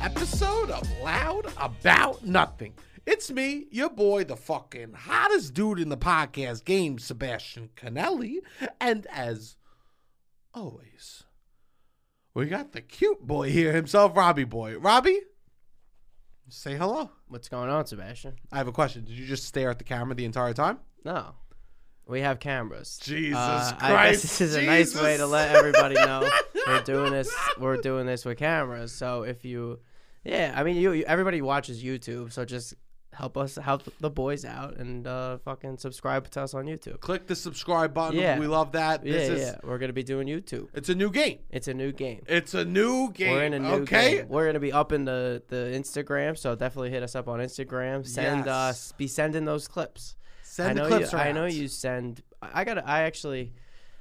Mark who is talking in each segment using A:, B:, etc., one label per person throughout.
A: episode of Loud About Nothing. It's me, your boy, the fucking hottest dude in the podcast game, Sebastian Canelli. And as always, we got the cute boy here himself, Robbie Boy. Robbie, say hello.
B: What's going on, Sebastian?
A: I have a question. Did you just stare at the camera the entire time?
B: No, we have cameras. Uh,
A: Jesus
B: I guess
A: Christ,
B: this is a nice way to
A: Jesus.
B: let everybody know we're doing this. We're doing this with cameras. So if you, yeah, I mean, you, you everybody watches YouTube. So just help us help the boys out and uh, fucking subscribe to us on YouTube.
A: Click the subscribe button.
B: Yeah.
A: We love that.
B: Yeah,
A: This is
B: yeah, we're gonna be doing YouTube.
A: it's a new game.
B: It's a new game.
A: It's a new game.
B: We're in a new
A: okay?
B: game. We're gonna be up in the the Instagram, so definitely hit us up on Instagram. Send
A: Yes.
B: us, be sending those clips.
A: Send
B: I
A: the
B: know
A: clips
B: you,
A: around.
B: I know you send. I got. to I actually,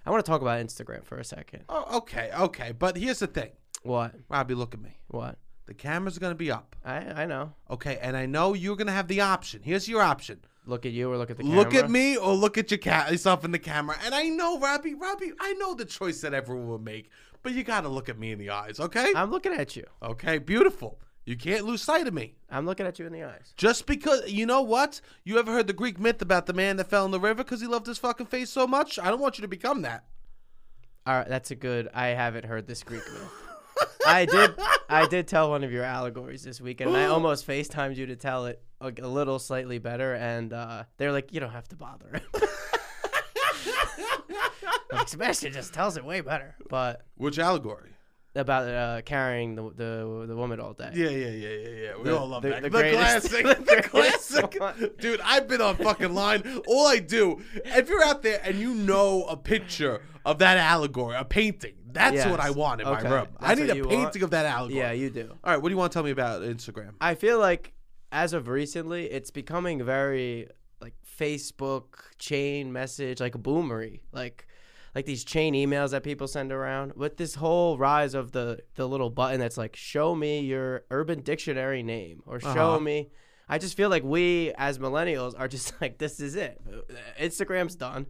B: I want to talk about Instagram for a second.
A: Oh, okay, okay. But here's the thing,
B: What?
A: Robbie. Look at me.
B: What?
A: The camera's gonna be up.
B: I I know.
A: Okay, and I know you're gonna have the option. Here's your option:
B: Look at you or look at the
A: look at
B: camera.
A: me or look at your cat yourself in the camera. And I know, Robbie, Robbie, I know the choice that everyone will make, but you gotta look at me in the eyes. Okay.
B: I'm looking at you.
A: okay. Beautiful. You can't lose sight of me.
B: I'm looking at you in the eyes.
A: Just because you know what? You ever heard the Greek myth about the man that fell in the river because he loved his fucking face so much? I don't want you to become that.
B: All right, that's a good. I haven't heard this Greek myth. I did. I did tell one of your allegories this weekend, and I almost FaceTimed you to tell it a, a little slightly better, and uh, they're like, "You don't have to bother." like, Sebastian just tells it way better, but
A: Which allegory?
B: about uh, carrying the, the the woman all day.
A: Yeah, yeah, yeah, yeah, yeah. We
B: The-
A: all love
B: the-
A: that. The,
B: the greatest-
A: classic.
B: the
A: The
B: greatest
A: classic.
B: one.
A: Dude, I've been on fucking line. All I do, if you're out there and you know a picture of that allegory, a painting, that's
B: Yes.
A: what I want in
B: Okay.
A: my room. I
B: That's
A: need
B: what
A: a
B: you
A: painting
B: want?
A: of that allegory.
B: Yeah, you do.
A: all right, what do you want to tell me about Instagram?
B: I feel like as of recently, it's becoming very like Facebook chain message, like boomery, like like these chain emails that people send around. With this whole rise of the the little button that's like, show me your Urban Dictionary name, or show
A: Uh-huh.
B: me. I just feel like we as millennials are just like, this is it. Instagram's done.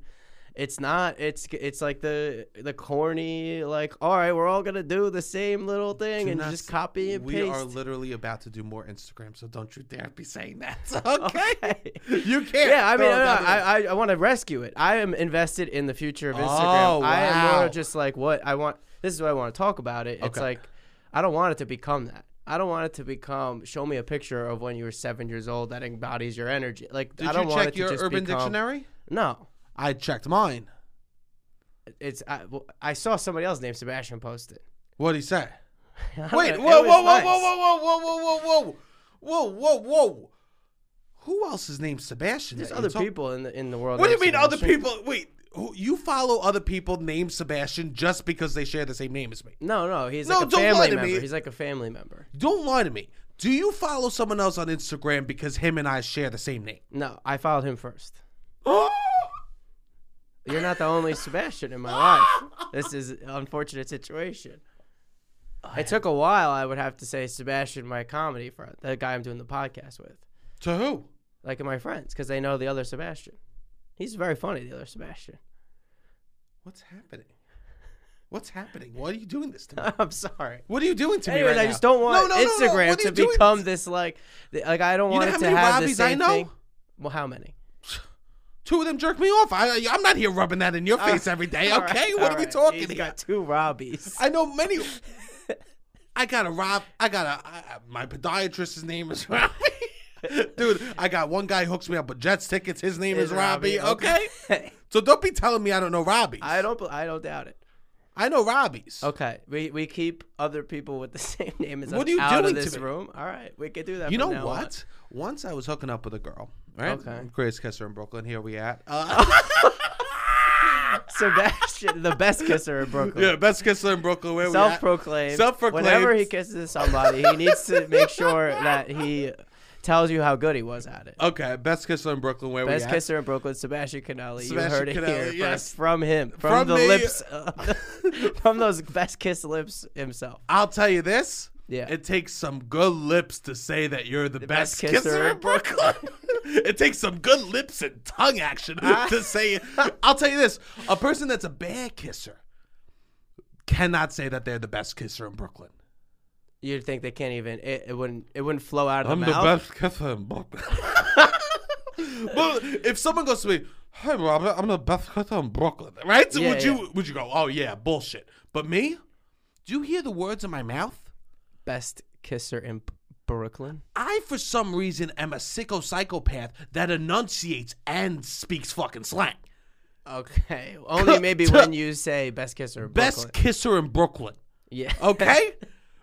B: It's not. It's it's like the the corny like. All right, we're all gonna do the same little thing
A: Do
B: and
A: not
B: just
A: s-
B: copy and
A: we
B: paste.
A: are literally about to do more Instagram, so don't you dare be saying that. Okay.
B: Okay.
A: You can't.
B: Yeah, I mean,
A: throw
B: no, no,
A: that in.
B: I, I, I want to rescue it. I am invested in the future of Instagram.
A: Oh,
B: I am more
A: wow.
B: of just like what I want. This is what I want to talk about. It. It's
A: Okay.
B: like I don't want it to become that. I don't want it to become. Show me a picture of when you were seven years old that embodies your energy. Like
A: Did
B: I don't
A: you
B: want
A: check
B: it to
A: your
B: just
A: Urban
B: become-
A: Dictionary?
B: No,
A: I checked mine.
B: it's I, well, I saw somebody else named Sebastian post it.
A: What did he say?
B: I don't
A: Wait,
B: know, it
A: whoa,
B: was
A: whoa, whoa,
B: nice.
A: whoa, whoa, whoa, whoa, whoa, whoa, whoa, whoa, whoa. Who else is named Sebastian?
B: There's
A: that you
B: other
A: talk-
B: people in the in the world.
A: What do you
B: named
A: mean other
B: Sebastian.
A: people? Wait, who, you follow other people named Sebastian just because they share the same name as me?
B: No, no, he's
A: No,
B: like a
A: don't lie
B: family
A: to
B: member.
A: me.
B: He's like a family member.
A: Don't lie to me. Do you follow someone else on Instagram because him and I share the same name?
B: No, I followed him first.
A: Oh,
B: You're not the only Sebastian in my life. This is an unfortunate situation. It took a while, I would have to say, Sebastian, my comedy friend, the guy I'm doing the podcast with,
A: to who?
B: like my friends, because they know the other Sebastian. He's very funny, the other Sebastian.
A: What's happening? What's happening? Why are you doing this to me?
B: I'm sorry.
A: What are you doing to me
B: Anyways,
A: right
B: I
A: now?
B: just don't want
A: No, no, no, no.
B: Instagram
A: What are
B: to
A: you doing?
B: become this like, th- like I don't
A: You know
B: want
A: how
B: it to
A: many
B: have the
A: Robbies I
B: same
A: know?
B: thing. Well, how many?
A: Two of them jerk me off. I, I'm not here rubbing that in your face every day.
B: All
A: Okay,
B: right,
A: what
B: all
A: are we
B: right.
A: talking
B: He's
A: here?
B: got two Robbies.
A: I know many. I got a Rob. I got a I, I- my podiatrist's name is Robbie. Dude, I got one guy who hooks me up with Jets tickets. His name is,
B: Is
A: Robbie.
B: Robbie,
A: Okay.
B: okay.
A: so don't be telling me I don't know Robbie. I,
B: I don't. bel- I don't doubt it.
A: know Robbie's.
B: Okay, we we keep other people with the same name as
A: What
B: us
A: are you
B: out
A: doing
B: of
A: to
B: this
A: me?
B: room. All right, we could do that.
A: You
B: from
A: know
B: now on.
A: what? Once I was hooking up with a girl. Right.
B: Okay.
A: Greatest kisser in Brooklyn. Here we at. Uh,
B: Sebastian, the best kisser in Brooklyn,
A: yeah, best kisser in Brooklyn. Where we at?
B: self-proclaimed.
A: Self-proclaimed.
B: Whenever he kisses somebody, he needs to make sure that he tells you how good he was at it.
A: Okay, best kisser in Brooklyn. Where
B: Best
A: we at?
B: kisser in Brooklyn, Sebastian Canelli.
A: Sebastian
B: you heard it
A: Canelli,
B: here first
A: yes.
B: from him, from,
A: From
B: the
A: me.
B: lips, of- from those best kiss lips himself.
A: I'll tell you this.
B: Yeah.
A: It takes some good lips to say that you're the, best,
B: best
A: kisser,
B: kisser
A: in Brooklyn. it takes some good lips and tongue action
B: Ah.
A: to say it. I'll tell you this. A person that's a bad kisser cannot say that they're the best kisser in Brooklyn.
B: You'd think they can't even. It, it wouldn't. It wouldn't flow out of
A: I'm
B: the
A: the
B: mouth.
A: best kisser in Brooklyn. but if someone goes to me, "Hey, Robert, I'm the best kisser in Brooklyn," right? So
B: Yeah,
A: would
B: yeah.
A: you would you go, "Oh yeah, bullshit"? But me, do you hear the words in my mouth?
B: Best kisser in P- Brooklyn.
A: I, for some reason, am a sicko psychopath that enunciates and speaks fucking slang.
B: Okay. Only maybe when you say best kisser in
A: Best Oh,
B: Brooklyn.
A: kisser in Brooklyn.
B: Yeah.
A: Okay.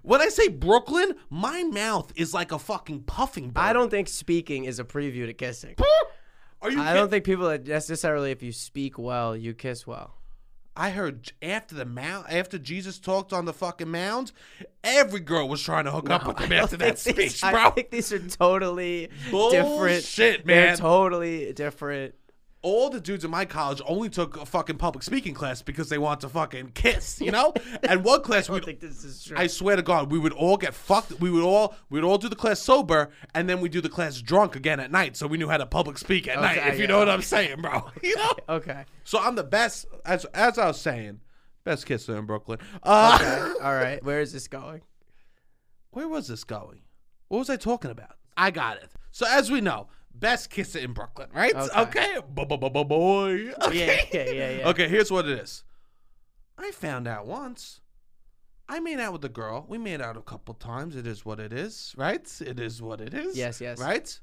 A: when I say Brooklyn, my mouth is like a fucking puffing. Bird.
B: I don't think speaking is a preview to kissing.
A: Are you?
B: I
A: kidding?
B: don't think people that necessarily, if you speak well, you kiss well.
A: I heard j- after the mound, after Jesus talked on the fucking mound, every girl was trying to hook up with him after that
B: think these-
A: speech,
B: I
A: bro.
B: think these are totally different.
A: Bullshit, man.
B: They're totally different.
A: All the dudes in my college only took a fucking public speaking class because they want to fucking kiss, you know. and one class,
B: I
A: we,
B: don't think this is true.
A: I swear to God, we would all get fucked. We would all, we'd all do the class sober, and then we do the class drunk again at night, so we knew how to public speak at night.
B: Okay,
A: If you
B: yeah.
A: know what I'm saying, bro, you know.
B: okay.
A: So I'm the best, as as I was saying, best kisser in Brooklyn. Uh,
B: All right. Where is this going?
A: where was this going? What was I talking about? I got it. So as we know, best kisser in Brooklyn, right?
B: Okay.
A: Okay. Boy.
B: Yeah,
A: Okay.
B: yeah, yeah, yeah.
A: Okay, here's what it is. I found out once. I made out with a girl. We made out a couple times. It is what it is, right? It is what it is.
B: Yes, yes.
A: Right?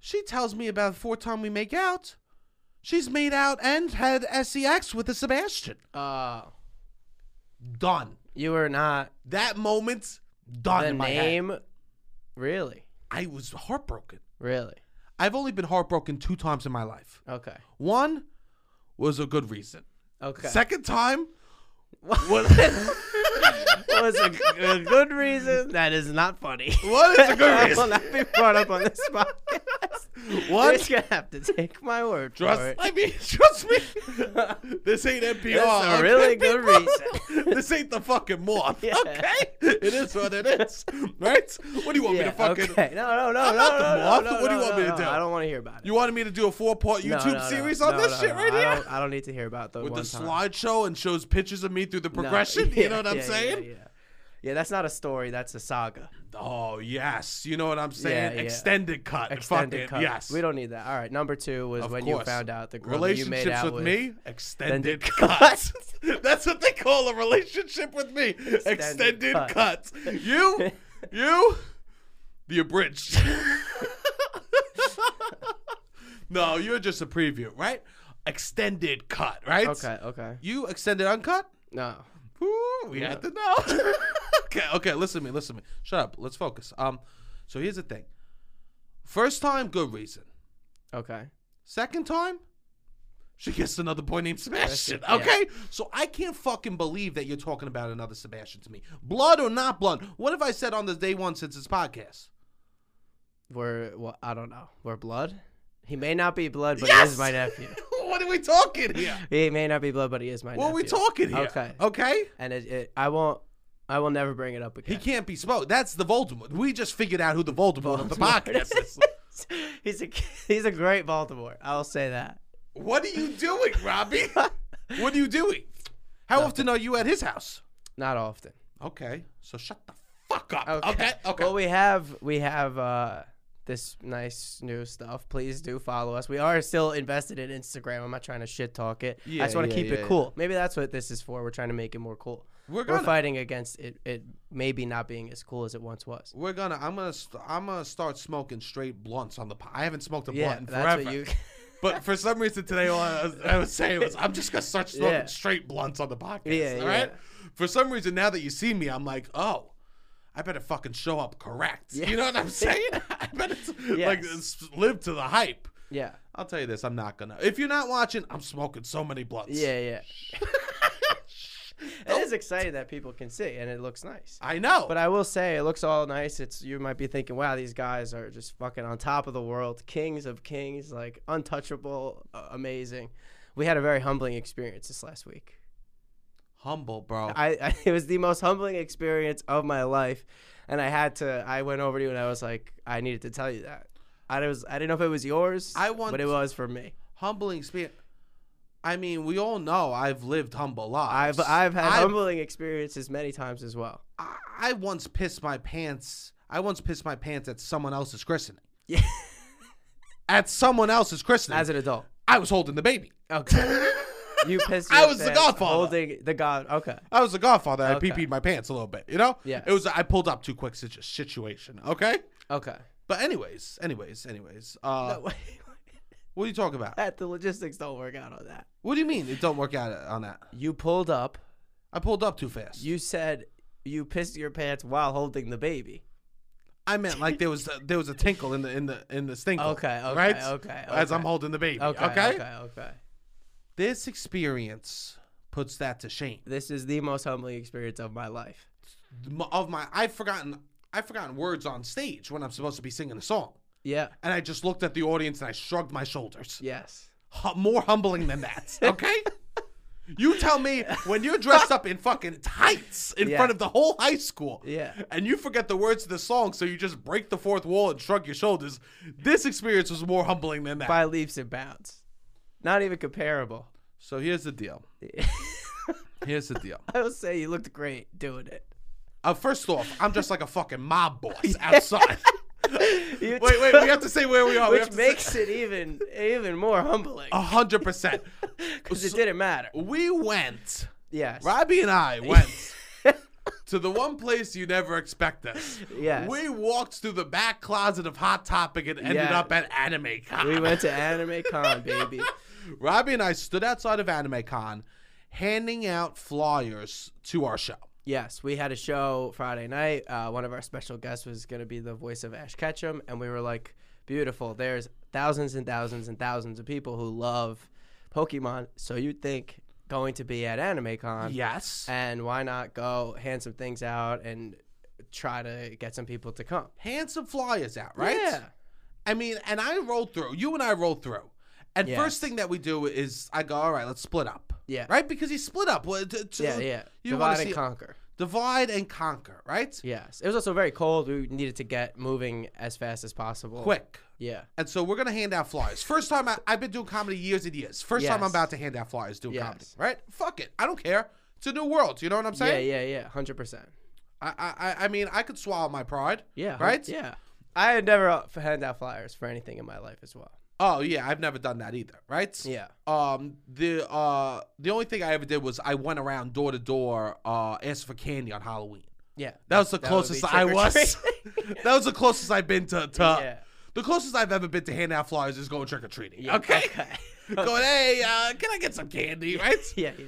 A: She tells me about four time we make out. She's made out and had sex with a Sebastian.
B: Uh,
A: Done.
B: you were not
A: That moment, done.
B: the
A: in my head.
B: name. Really,
A: I was heartbroken.
B: really.
A: I've only been heartbroken two times in my life.
B: Okay.
A: One was a good reason.
B: Okay.
A: Second time was
B: was a, a good reason. That is not funny.
A: What is a good
B: I will
A: reason?
B: not be brought up on this podcast.
A: What?
B: You're just gonna have to take my word
A: trust.
B: for it.
A: I mean, trust me. This ain't NPR.
B: That's a
A: okay,
B: really good
A: people?
B: reason.
A: this ain't the fucking morph.
B: Yeah.
A: Okay, it is what it is, right? What do you want me to fucking?
B: okay. No, no, no,
A: I'm
B: no,
A: not the
B: no, no,
A: moth.
B: no,
A: What do you
B: no,
A: want me
B: no,
A: to
B: no.
A: do?
B: I don't want to hear about it.
A: You wanted me to do a four-part
B: No,
A: YouTube
B: no, no,
A: series
B: no,
A: on this
B: no,
A: shit
B: no,
A: right
B: I
A: here
B: Don't, I don't need to hear about the
A: with the
B: one time.
A: slideshow and shows pictures of me through the
B: No,
A: progression. you
B: yeah,
A: know what I'm
B: yeah, yeah,
A: saying?
B: Yeah, yeah, that's not a story. That's a saga.
A: Oh yes, you know what I'm saying.
B: Yeah, yeah.
A: Extended cut, fucking
B: Extended cut.
A: yes.
B: We don't need that. All right. Number two was
A: Of
B: when you
A: course.
B: found out the girl that you
A: relationships
B: made out
A: with,
B: with,
A: me, extended
B: Extended
A: cuts. That's what they call a relationship with me. Extended,
B: cut.
A: cuts. You, you, the abridged. no, you're just a preview, right? Extended cut, right?
B: Okay. Okay.
A: You extended uncut.
B: No.
A: Ooh, we had to know. okay, okay, listen to me, listen to me. Shut up. Let's focus. Um, so here's the thing. First time, good reason.
B: Okay.
A: Second time, she gets another boy named Sebastian.
B: Sebastian, yeah.
A: Okay, so I can't fucking believe that you're talking about another Sebastian to me. Blood or not blood? What have I said on this day one since this podcast?
B: We're well, I don't know. We're blood. He may not be blood, but he
A: Yes!
B: is my nephew.
A: what are we talking here?
B: He may not be blood, but he is my nephew.
A: What are we talking here?
B: Okay.
A: Okay.
B: And it, it, I won't. I will never bring it up
A: He
B: again.
A: can't be spoke. That's the Voldemort. We just figured out who the Voldemort, of the
B: Voldemort.
A: podcast is.
B: he's a he's a great Baltimore. I'll say that.
A: What are you doing, Robbie? what are you doing? How often are you at his house?
B: Not often.
A: Okay, so shut the fuck up. Okay, okay.
B: Well, we have we have uh, this nice new stuff. Please do follow us. We are still invested in Instagram. I'm not trying to shit talk it.
A: Yeah,
B: I just want
A: yeah,
B: to keep
A: yeah,
B: it cool. Maybe that's what this is for. We're trying to make it more cool.
A: We're
B: We're
A: gonna.
B: fighting against it. It maybe not being as cool as it once was.
A: We're gonna. I'm gonna. St- I'm gonna start smoking straight blunts on the. Po- I haven't smoked a
B: Yeah,
A: blunt in
B: that's
A: forever.
B: what you.
A: but for some reason today, all I was, I was saying was, I'm just gonna start smoking
B: Yeah.
A: straight blunts on the podcast.
B: Yeah,
A: all right.
B: yeah.
A: For some reason, now that you see me, I'm like, oh, I better fucking show up correct.
B: Yeah.
A: You know what I'm saying? I better like
B: Yes.
A: s- live to the hype.
B: yeah.
A: I'll tell you this. I'm not gonna. If you're not watching, I'm smoking so many blunts.
B: Yeah, yeah. it is exciting that people can see, and it looks nice.
A: I know.
B: But I will say, it looks all nice. It's you might be thinking, wow, these guys are just fucking on top of the world, kings of kings, like untouchable, uh, amazing. We had a very humbling experience this last week.
A: Humble, bro.
B: I, I it was the most humbling experience of my life, and I had to. I went over to you and I was like, I needed to tell you that. I was I didn't know if it was yours.
A: I want-
B: but it was for me.
A: humbling experience. I mean, we all know I've lived humble lives.
B: I've I've had um,
A: I've-
B: humbling experiences many times as well.
A: I, I once pissed my pants. I once pissed my pants at someone else's christening.
B: Yeah.
A: At someone else's christening.
B: As an adult.
A: I was holding the baby.
B: Okay. you pissed.
A: I
B: your
A: was the
B: pants
A: Godfather.
B: Holding the god. Okay.
A: I was the godfather. I
B: Okay.
A: pee peed my pants a little bit, you know?
B: Yeah.
A: It was I pulled up too quick situ- situation, okay?
B: Okay.
A: But anyways, anyways, anyways. Uh what are you talking about?
B: that the logistics don't work out on that.
A: What do you mean it don't work out on that?
B: You pulled up.
A: I pulled up too fast.
B: You said you pissed your pants while holding the baby.
A: I meant like there was a, there was a tinkle in the in the in the stinkle.
B: Okay, okay,
A: right?
B: okay,
A: As
B: okay.
A: I'm holding the baby.
B: Okay. Okay. Okay.
A: This experience puts that to shame.
B: This is the most humbling experience of my life.
A: m- of my I've forgotten I've forgotten words on stage when I'm supposed to be singing a song.
B: Yeah.
A: And I just looked at the audience and I shrugged my shoulders.
B: Yes.
A: Hu- more humbling than that, okay? you tell me when you're dressed up in fucking tights in
B: Yeah.
A: front of the whole high school.
B: Yeah.
A: And you forget the words of the song so you just break the fourth wall and shrug your shoulders. This experience was more humbling than that.
B: By leaps and bounds. Not even comparable.
A: So here's the deal. Here's the deal.
B: I will say you looked great doing it.
A: Uh, first off, I'm just like a fucking mob boss outside.
B: You
A: wait, wait, we have to say where we are. Oh, We have
B: Which
A: to say- Oh,
B: makes it even even more humbling
A: A hundred percent.
B: because it didn't matter.
A: We went.
B: Yes.
A: Robbie and I went to the one place you never expect us.
B: Yes.
A: We walked through the back closet of Hot Topic and ended
B: Yeah.
A: up at Anime Con.
B: We went to Anime Con, baby.
A: Robbie and I stood outside of Anime Con, handing out flyers to our show.
B: Yes, we had a show Friday night. Uh, one of our special guests was going to be the voice of Ash Ketchum, and we were like, beautiful. There's thousands and thousands and thousands of people who love Pokemon, so you'd think going to be at Anime Con.
A: Yes.
B: And why not go hand some things out and try to get some people to come?
A: Hand some flyers out, right?
B: Yeah.
A: I mean, and I rolled through. You and I rolled through. And
B: Yes.
A: first thing that we do is I go, all right, let's split up.
B: Yeah.
A: Right? Because he split up. Well, to- to-
B: Yeah, yeah.
A: You want
B: Divide
A: to see
B: and conquer.
A: divide and conquer, right?
B: Yes. It was also very cold. We needed to get moving as fast as possible.
A: Quick.
B: Yeah.
A: And so we're gonna hand out flyers. First time I, I've been doing comedy years and years. First time I'm
B: Yes.
A: about to hand out flyers doing
B: Yes.
A: comedy, right? Fuck it, I don't care. It's a new world. You know what I'm saying?
B: Yeah, yeah, yeah. Hundred percent.
A: I, I, I- I mean, I could swallow my pride.
B: Yeah. hun-
A: Right?
B: Yeah. I had never uh, hand out flyers for anything in my life as well.
A: Oh yeah, I've never done that either. Right?
B: Yeah.
A: Um, the uh, the only thing I ever did was I went around door to door, uh, asked for candy on Halloween.
B: Yeah.
A: That was the
B: That would be
A: closest I was.
B: trick-or-treating.
A: that was the closest I've been to. to
B: Yeah.
A: The closest I've ever been to hand out flyers is going trick or treating.
B: Yeah,
A: okay.
B: okay.
A: going, hey, uh, can I get some candy? Right.
B: yeah, yeah.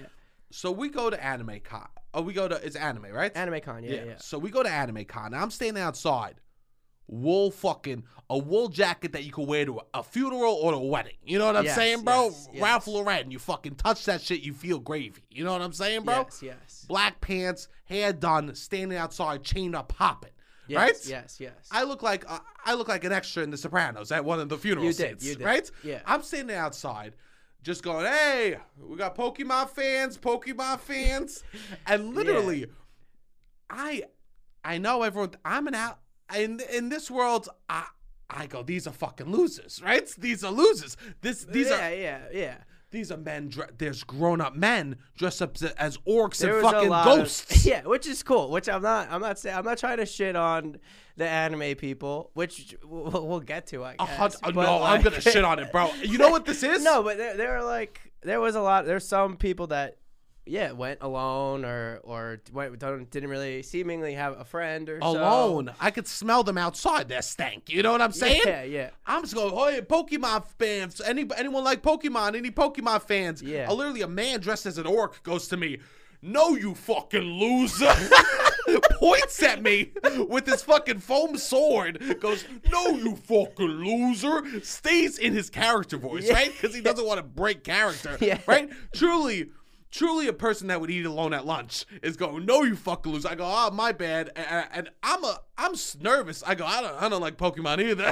A: So we go to Anime Con. Oh, we go to it's Anime, right?
B: Anime Con. Yeah, yeah.
A: So we go to Anime Con. I'm standing outside, wool fucking a wool jacket that you could wear to a, a funeral or a wedding. You know what I'm
B: Yes,
A: saying, bro?
B: yes, yes.
A: Ralph Lauren. You fucking touch that shit, you feel gravy. You know what I'm saying, bro?
B: Yes, yes.
A: Black pants, hair done, standing outside, chained up, hopping.
B: Yes,
A: right?
B: Yes, yes.
A: I look like uh, I look like an extra in The Sopranos at one of the funeral
B: You did,
A: scenes,
B: you did.
A: right?
B: Yeah.
A: I'm standing outside, just going, "Hey, we got Pokemon fans, Pokemon fans," and literally, I, I know everyone. I'm an out in in this world. I I go, these are fucking losers, right? These are losers. This these
B: yeah,
A: are
B: yeah, yeah.
A: these are men. Dre- there's grown up men dressed up as- as orcs
B: There
A: and
B: was a
A: fucking
B: lot of-
A: ghosts.
B: yeah, which is cool. Which I'm not. I'm not saying. I'm not trying to shit on the anime people, which we'll, we'll get to. I
A: A
B: guess.
A: hun- uh,
B: But,
A: no, I'm
B: like-
A: gonna shit on it, bro. You know what this is?
B: No, but there, there were like there was a lot. There's some people that yeah went alone or or went don't, didn't really seemingly have a friend or so.
A: alone. I could smell them outside. Their stank. You know what I'm saying?
B: Yeah, yeah.
A: I'm just going, oh, yeah, Pokemon fans. Any anyone like Pokemon? Any Pokemon fans?
B: Yeah.
A: Uh, literally, a man dressed as an orc goes to me. No, you fucking loser. Points at me with his fucking foam sword. Goes, no, you fucking loser. Stays in his character voice, right? Because he doesn't want to break character,
B: Yeah.
A: right? Truly, truly, a person that would eat alone at lunch is going, no, you fucking loser. I go, oh, my bad, and, and- and I'm a, I'm s- nervous. I go, I don't, I don't like Pokemon either.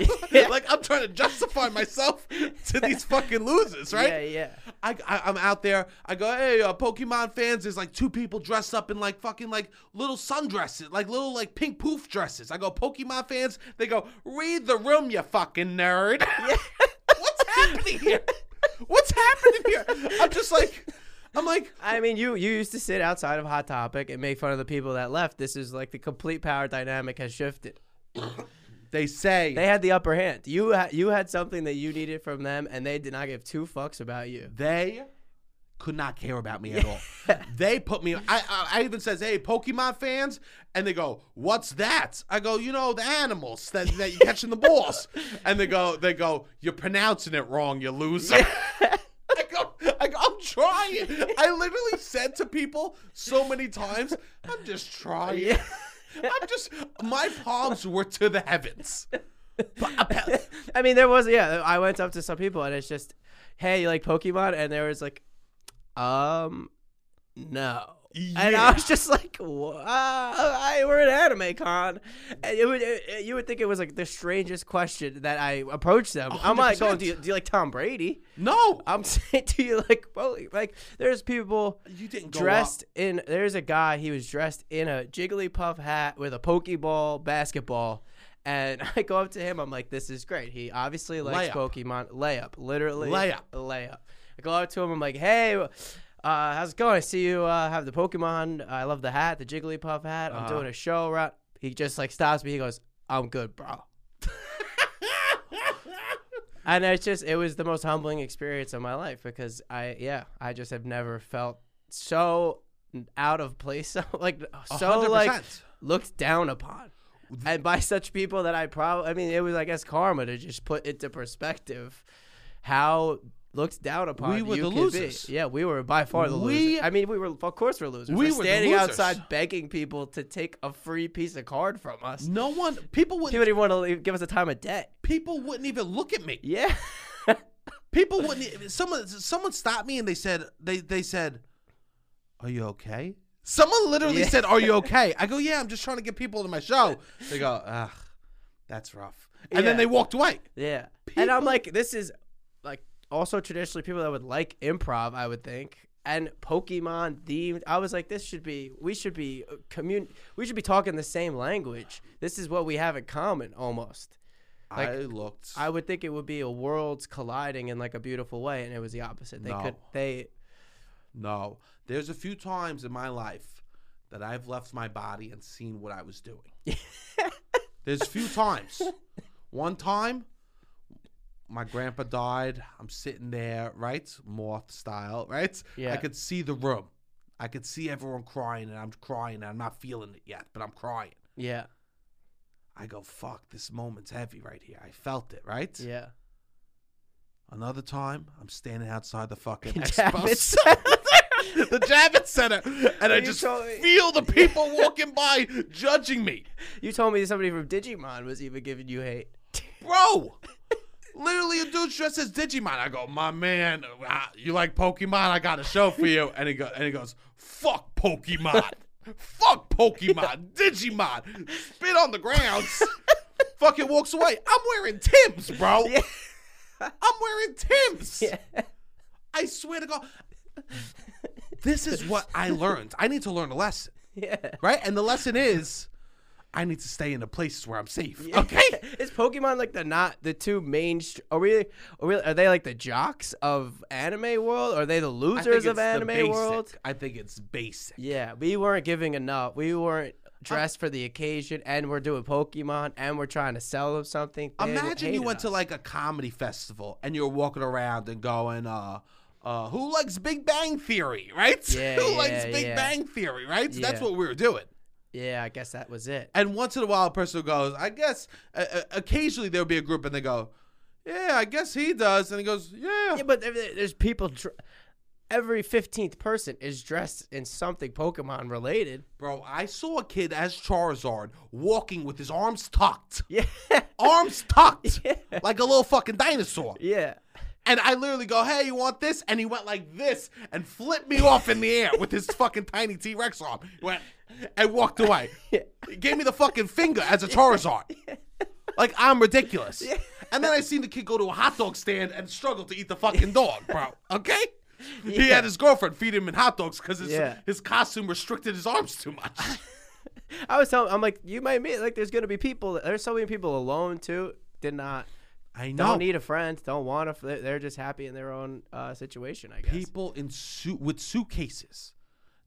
A: like I'm trying to justify myself to these fucking losers, right?
B: Yeah, yeah.
A: I, I am out there. I go, hey, uh, Pokemon fans. There's like two people dressed up in like fucking like little sundresses, like little like pink poof dresses. I go, Pokemon fans. They go, read the room, you fucking nerd. What's happening here? What's happening here? I'm just like, I'm like,
B: I mean, you you used to sit outside of Hot Topic and make fun of the people that left. This is like the complete power dynamic has shifted.
A: they say
B: They had the upper hand. You ha- you had something that you needed from them, and they did not give two fucks about you.
A: they could not care about me at all. They put me. I, I I even says, "Hey, Pokemon fans," and they go, "What's that?" I go, "You know the animals that that you catching the balls," and they go, "They go, you're pronouncing it wrong, you loser." I go, I go, I'm trying. I literally said to people so many times, "I'm just trying."
B: Yeah.
A: I'm just. My palms were to the heavens. But-
B: I mean, there was yeah. I went up to some people and it's just, hey, you like Pokemon? And there was like, um, no. And I
A: Yeah.
B: was just like, "Wha- uh, I we're at anime con, and it would it, you would think it was like the strangest question that I approached them. I'm like, oh,
A: 100%.
B: do you, do you like Tom Brady?
A: No,
B: I'm saying, do you like Bo-" like? There's people
A: you didn't go up.
B: dressed in there's a guy he was dressed in a jigglypuff hat with a pokeball basketball and i go up to him i'm like this is great he obviously likes
A: Layup.
B: pokemon layup literally
A: Layup.
B: layup i go up to him i'm like hey uh, how's it going i see you uh, have the pokemon i love the hat the jigglypuff hat
A: Uh-huh.
B: i'm doing a show right he just like stops me he goes i'm good bro and it's just it was the most humbling experience of my life because i yeah i just have never felt so out of place so like so like
A: 100%.
B: looked down upon and by such people that i probably i mean it was i guess karma to just put into perspective how looked down upon
A: We were
B: you
A: the
B: could be.
A: losers.
B: yeah we were by far the
A: We-
B: losers i mean we were of course we're losers
A: We
B: We're
A: were the
B: standing
A: losers.
B: outside begging people to take a free piece of card from us
A: No one, people
B: people
A: wouldn't,
B: didn't want to give us a time of day
A: people wouldn't even look at me.
B: yeah
A: People wouldn't. e- Someone, someone stopped me and they said, they, they said, "Are you okay?" Someone literally
B: Yeah.
A: said, "Are you okay?" I go, "Yeah, I'm just trying to get people to my show." They go, "Ugh, that's rough," and
B: Yeah.
A: then they walked away.
B: Yeah. And I'm like, this is like also traditionally people that would like improv, I would think, and Pokemon themed. I was like, this should be, we should be uh, commun, we should be talking the same language. This is what we have in common almost.
A: I looked.
B: I would think it would be a worlds colliding in like a beautiful way, and it was the opposite. They
A: No.
B: could, they,
A: no, there's a few times in my life that I've left my body and seen what I was doing. There's a few times. One time, my grandpa died. I'm sitting there, right? Moth style, right?
B: Yeah.
A: I could see the room. I could see everyone crying, and I'm crying, and I'm not feeling it yet, but I'm crying.
B: yeah,
A: I go, fuck, this moment's heavy right here. I felt it, right?
B: yeah.
A: Another time, I'm standing outside the fucking
B: Javits.
A: Expo Center, the Javits Center, and I
B: You
A: just
B: told me-
A: feel the people walking by judging me.
B: You told me somebody from Digimon was even giving you hate.
A: bro. Literally, a dude dressed as Digimon. I go, my man, uh, you like Pokemon? I got a show for you. And he go, and he goes, fuck Pokemon, fuck Pokemon, Digimon, spit on the ground, fucking walks away. I'm wearing Tim's, bro.
B: Yeah.
A: I'm wearing Tim's.
B: Yeah.
A: I swear to God, this is what I learned. I need to learn a lesson,
B: Yeah.
A: right? And the lesson is, I need to stay in the places where I'm safe. Okay.
B: Is Pokemon like the not the two main? Sh- are we? Are we? Are they like the jocks of anime world? Are they the
A: I think
B: losers of
A: it's the
B: anime
A: basic.
B: world?
A: I think it's basic.
B: Yeah, we weren't giving enough. We weren't dressed for the occasion, and we're doing Pokemon, and we're trying to sell them something. They
A: Imagine you
B: hated
A: went to
B: us.
A: like a comedy festival and you're walking around and going, uh, uh, who likes Big Bang Theory, right?
B: Yeah,
A: who likes
B: yeah,
A: Big
B: yeah.
A: Bang Theory, right? That's
B: Yeah.
A: what we were doing.
B: Yeah, I guess that was it.
A: And once in a while, a person goes, I guess, uh, uh, occasionally there'll be a group and they go, yeah, I guess he does. And he goes, yeah.
B: Yeah, but there- there- there's people. Dr- Every fifteenth person is dressed in something Pokemon related.
A: Bro, I saw a kid as Charizard walking with his arms tucked.
B: Yeah,
A: Arms tucked.
B: Yeah.
A: Like a little fucking dinosaur.
B: yeah.
A: And I literally go, hey, you want this? And he went like this and flipped me off in the air with his fucking tiny T Rex arm. He went and walked away. He gave me the fucking finger as a Charizard. Like, I'm ridiculous. And then I seen the kid go to a hot dog stand and struggle to eat the fucking dog, bro. Okay? He
B: Yeah.
A: had his girlfriend feed him in hot dogs because his,
B: Yeah.
A: his costume restricted his arms too much.
B: I was telling, I'm like, you might meet like there's gonna be people. There's so many people alone too. Did not
A: I know.
B: Don't need a friend. Don't want a. fr- They're just happy in their own uh, situation, I guess.
A: people in suit with suitcases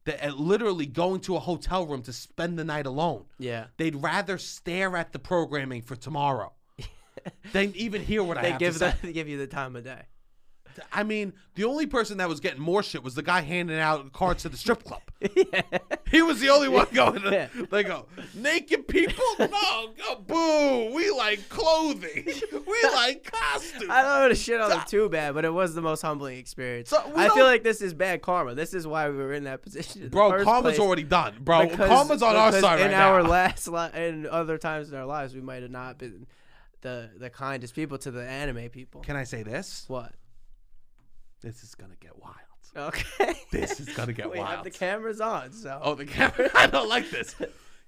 A: that are literally going to a hotel room to spend the night alone.
B: yeah.
A: They'd rather stare at the programming for tomorrow than even hear what I
B: They
A: have
B: give
A: to say.
B: the, they give you the time of day.
A: I mean, the only person that was getting more shit was the guy handing out cards to the strip club. He was the only one going.
B: Yeah.
A: They go naked people. No, go, boo. We like clothing. We like costumes.
B: I don't want to shit on them too bad, but it was the most humbling experience.
A: So, we
B: I
A: don't-
B: feel like this is bad karma. This is why we were in that position. in the
A: bro,
B: first
A: karma's
B: place,
A: already done, bro.
B: because-
A: karma's on our
B: because
A: side
B: In
A: right
B: our
A: now.
B: last li- and other times in our lives, we might have not been the the kindest people to the anime people.
A: Can I say this?
B: what?
A: This is gonna get wild.
B: Okay.
A: This is gonna get
B: we
A: wild.
B: have the cameras on, so
A: oh, the camera. I don't like this.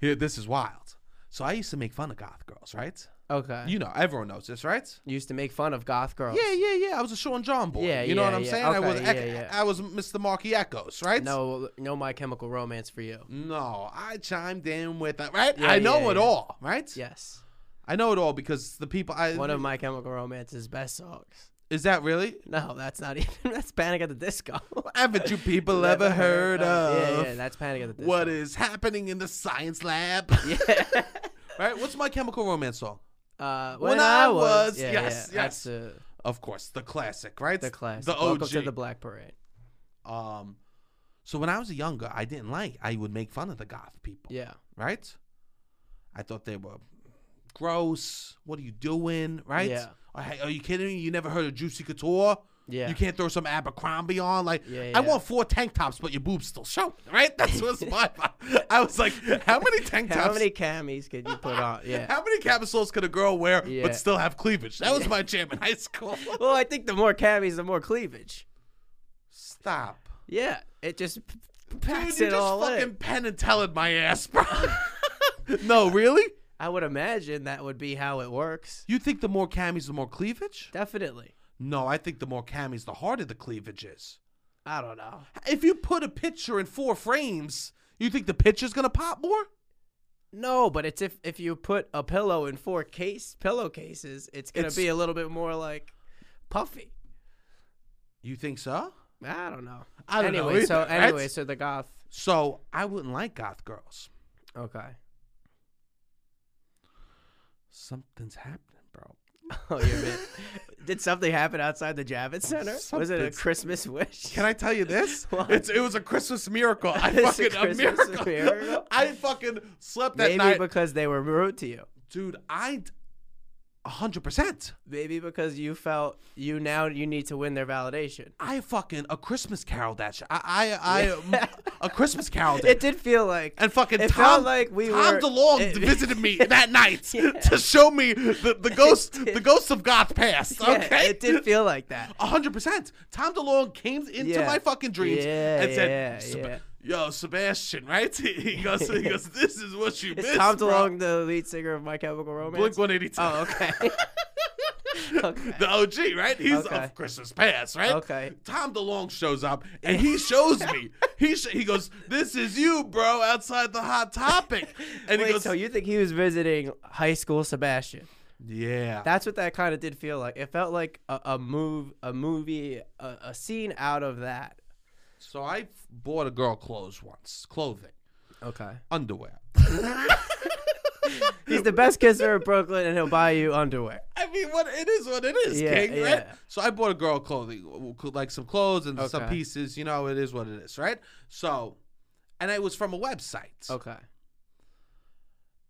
A: Here, this is wild. So I used to make fun of goth girls, right?
B: okay.
A: You know, everyone knows this, right?
B: used to make fun Uh, of goth girls.
A: Yeah, yeah, yeah. I was a Sean John boy.
B: Yeah,
A: you know
B: yeah,
A: what I'm
B: yeah.
A: saying? I
B: Okay,
A: was,
B: yeah, yeah.
A: I was Mr. Marky Echoes, right?
B: No, no, My Chemical Romance for you.
A: No, I chimed in with that, right?
B: Yeah,
A: I know
B: yeah,
A: it
B: yeah.
A: all, right?
B: Yes,
A: I know it all because the people I
B: one of My Chemical Romance's best songs.
A: is that really?
B: No, that's not even. That's Panic at the Disco.
A: Haven't you people ever heard of
B: Yeah, yeah, that's Panic at the Disco.
A: what is happening in the science lab?
B: Yeah.
A: right? What's my chemical romance song?
B: Uh,
A: When
B: when,
A: I
B: I
A: was-
B: was, yeah,
A: yes,
B: yeah, that's
A: yes.
B: the,
A: Of course, the classic, right?
B: the class.
A: The OG.
B: Welcome to the Black Parade.
A: um so when I was younger, I didn't like I would make fun of the goth people.
B: Yeah,
A: right? I thought they were gross. What are you doing, right?
B: Yeah.
A: Or, hey, Are you kidding me? You never heard of Juicy Couture?
B: yeah.
A: You can't throw some Abercrombie on. Like,
B: Yeah,
A: I
B: yeah.
A: want four tank tops, but your boobs still showing, right? That's what's my. I was like, how many tank tops?
B: How many camis could you put on? Yeah.
A: How many camisoles could a girl wear
B: Yeah.
A: but still have cleavage? That was my jam in high school.
B: well, I think the more camis, the more cleavage.
A: Stop.
B: Yeah, it just p- p-
A: Dude, you
B: packs
A: just
B: it all
A: fucking
B: in.
A: pen and tell it my ass, bro. no, really?
B: I would imagine that would be how it works.
A: You think the more camis, the more cleavage?
B: Definitely.
A: No, I think the more camis, the harder the cleavage is.
B: I don't know.
A: If you put a picture in four frames, you think the picture's gonna pop more?
B: No, but it's if if you put a pillow in four case pillowcases, it's gonna
A: It's-
B: be a little bit more like puffy.
A: You think so?
B: I don't know.
A: I don't know
B: anyway, so
A: either, right?
B: anyway, so the goth.
A: So I wouldn't like goth girls.
B: Okay.
A: Something's happening, bro.
B: Oh, you're mad. Did something happen outside the Javits Center? Was it a
A: Something's-
B: Christmas wish?
A: Can I tell you this?
B: What?
A: it's it was a Christmas miracle. I
B: It's a
A: fucking a,
B: Christmas
A: miracle.
B: miracle?
A: I fucking slept that
B: Maybe
A: night,
B: because they were rude to you.
A: dude. I, hundred percent.
B: Maybe because you felt you now you need to win their validation.
A: I fucking a Christmas Carol that shit. I I, I a Christmas Carol. That
B: It did feel like
A: And fucking
B: It
A: Tom,
B: felt like we
A: Tom
B: were-
A: DeLonge
B: it-
A: visited me that night
B: Yeah.
A: to show me the, the ghost
B: did.
A: the ghost of Goth past.
B: Yeah,
A: okay,
B: it did feel like that.
A: hundred percent. Tom DeLonge came into
B: Yeah.
A: my fucking dreams
B: Yeah,
A: and
B: yeah,
A: said, "Seb-
B: yeah.
A: "Yo, Sebastian, right?" He goes, "He goes, this is what you
B: Is
A: missed."
B: Tom
A: bro.
B: DeLonge the lead singer of My Chemical Romance?
A: Blink One Eighty Two.
B: Oh, okay. okay.
A: The OG, right? He's
B: Okay.
A: of Christmas Past, right?
B: Okay.
A: Tom DeLonge shows up and he shows me. He sh- he goes, "This is you, bro, outside the hot topic." And he
B: Wait,
A: goes,
B: so you think he was visiting high school Sebastian?
A: "Yeah,
B: That's what that kind of did feel like. It felt like a, a move, a movie, a, a scene out of that.
A: So I f- bought a girl clothes once, clothing,
B: Okay.
A: underwear.
B: He's the best kisser in Brooklyn, and he'll buy you underwear.
A: I mean, what it is, what it is,
B: Yeah,
A: King. Right?
B: yeah.
A: So I bought a girl clothing, w- w- like some clothes and some
B: Okay.
A: pieces. You know, it is what it is, right? So, and it was from a website.
B: Okay.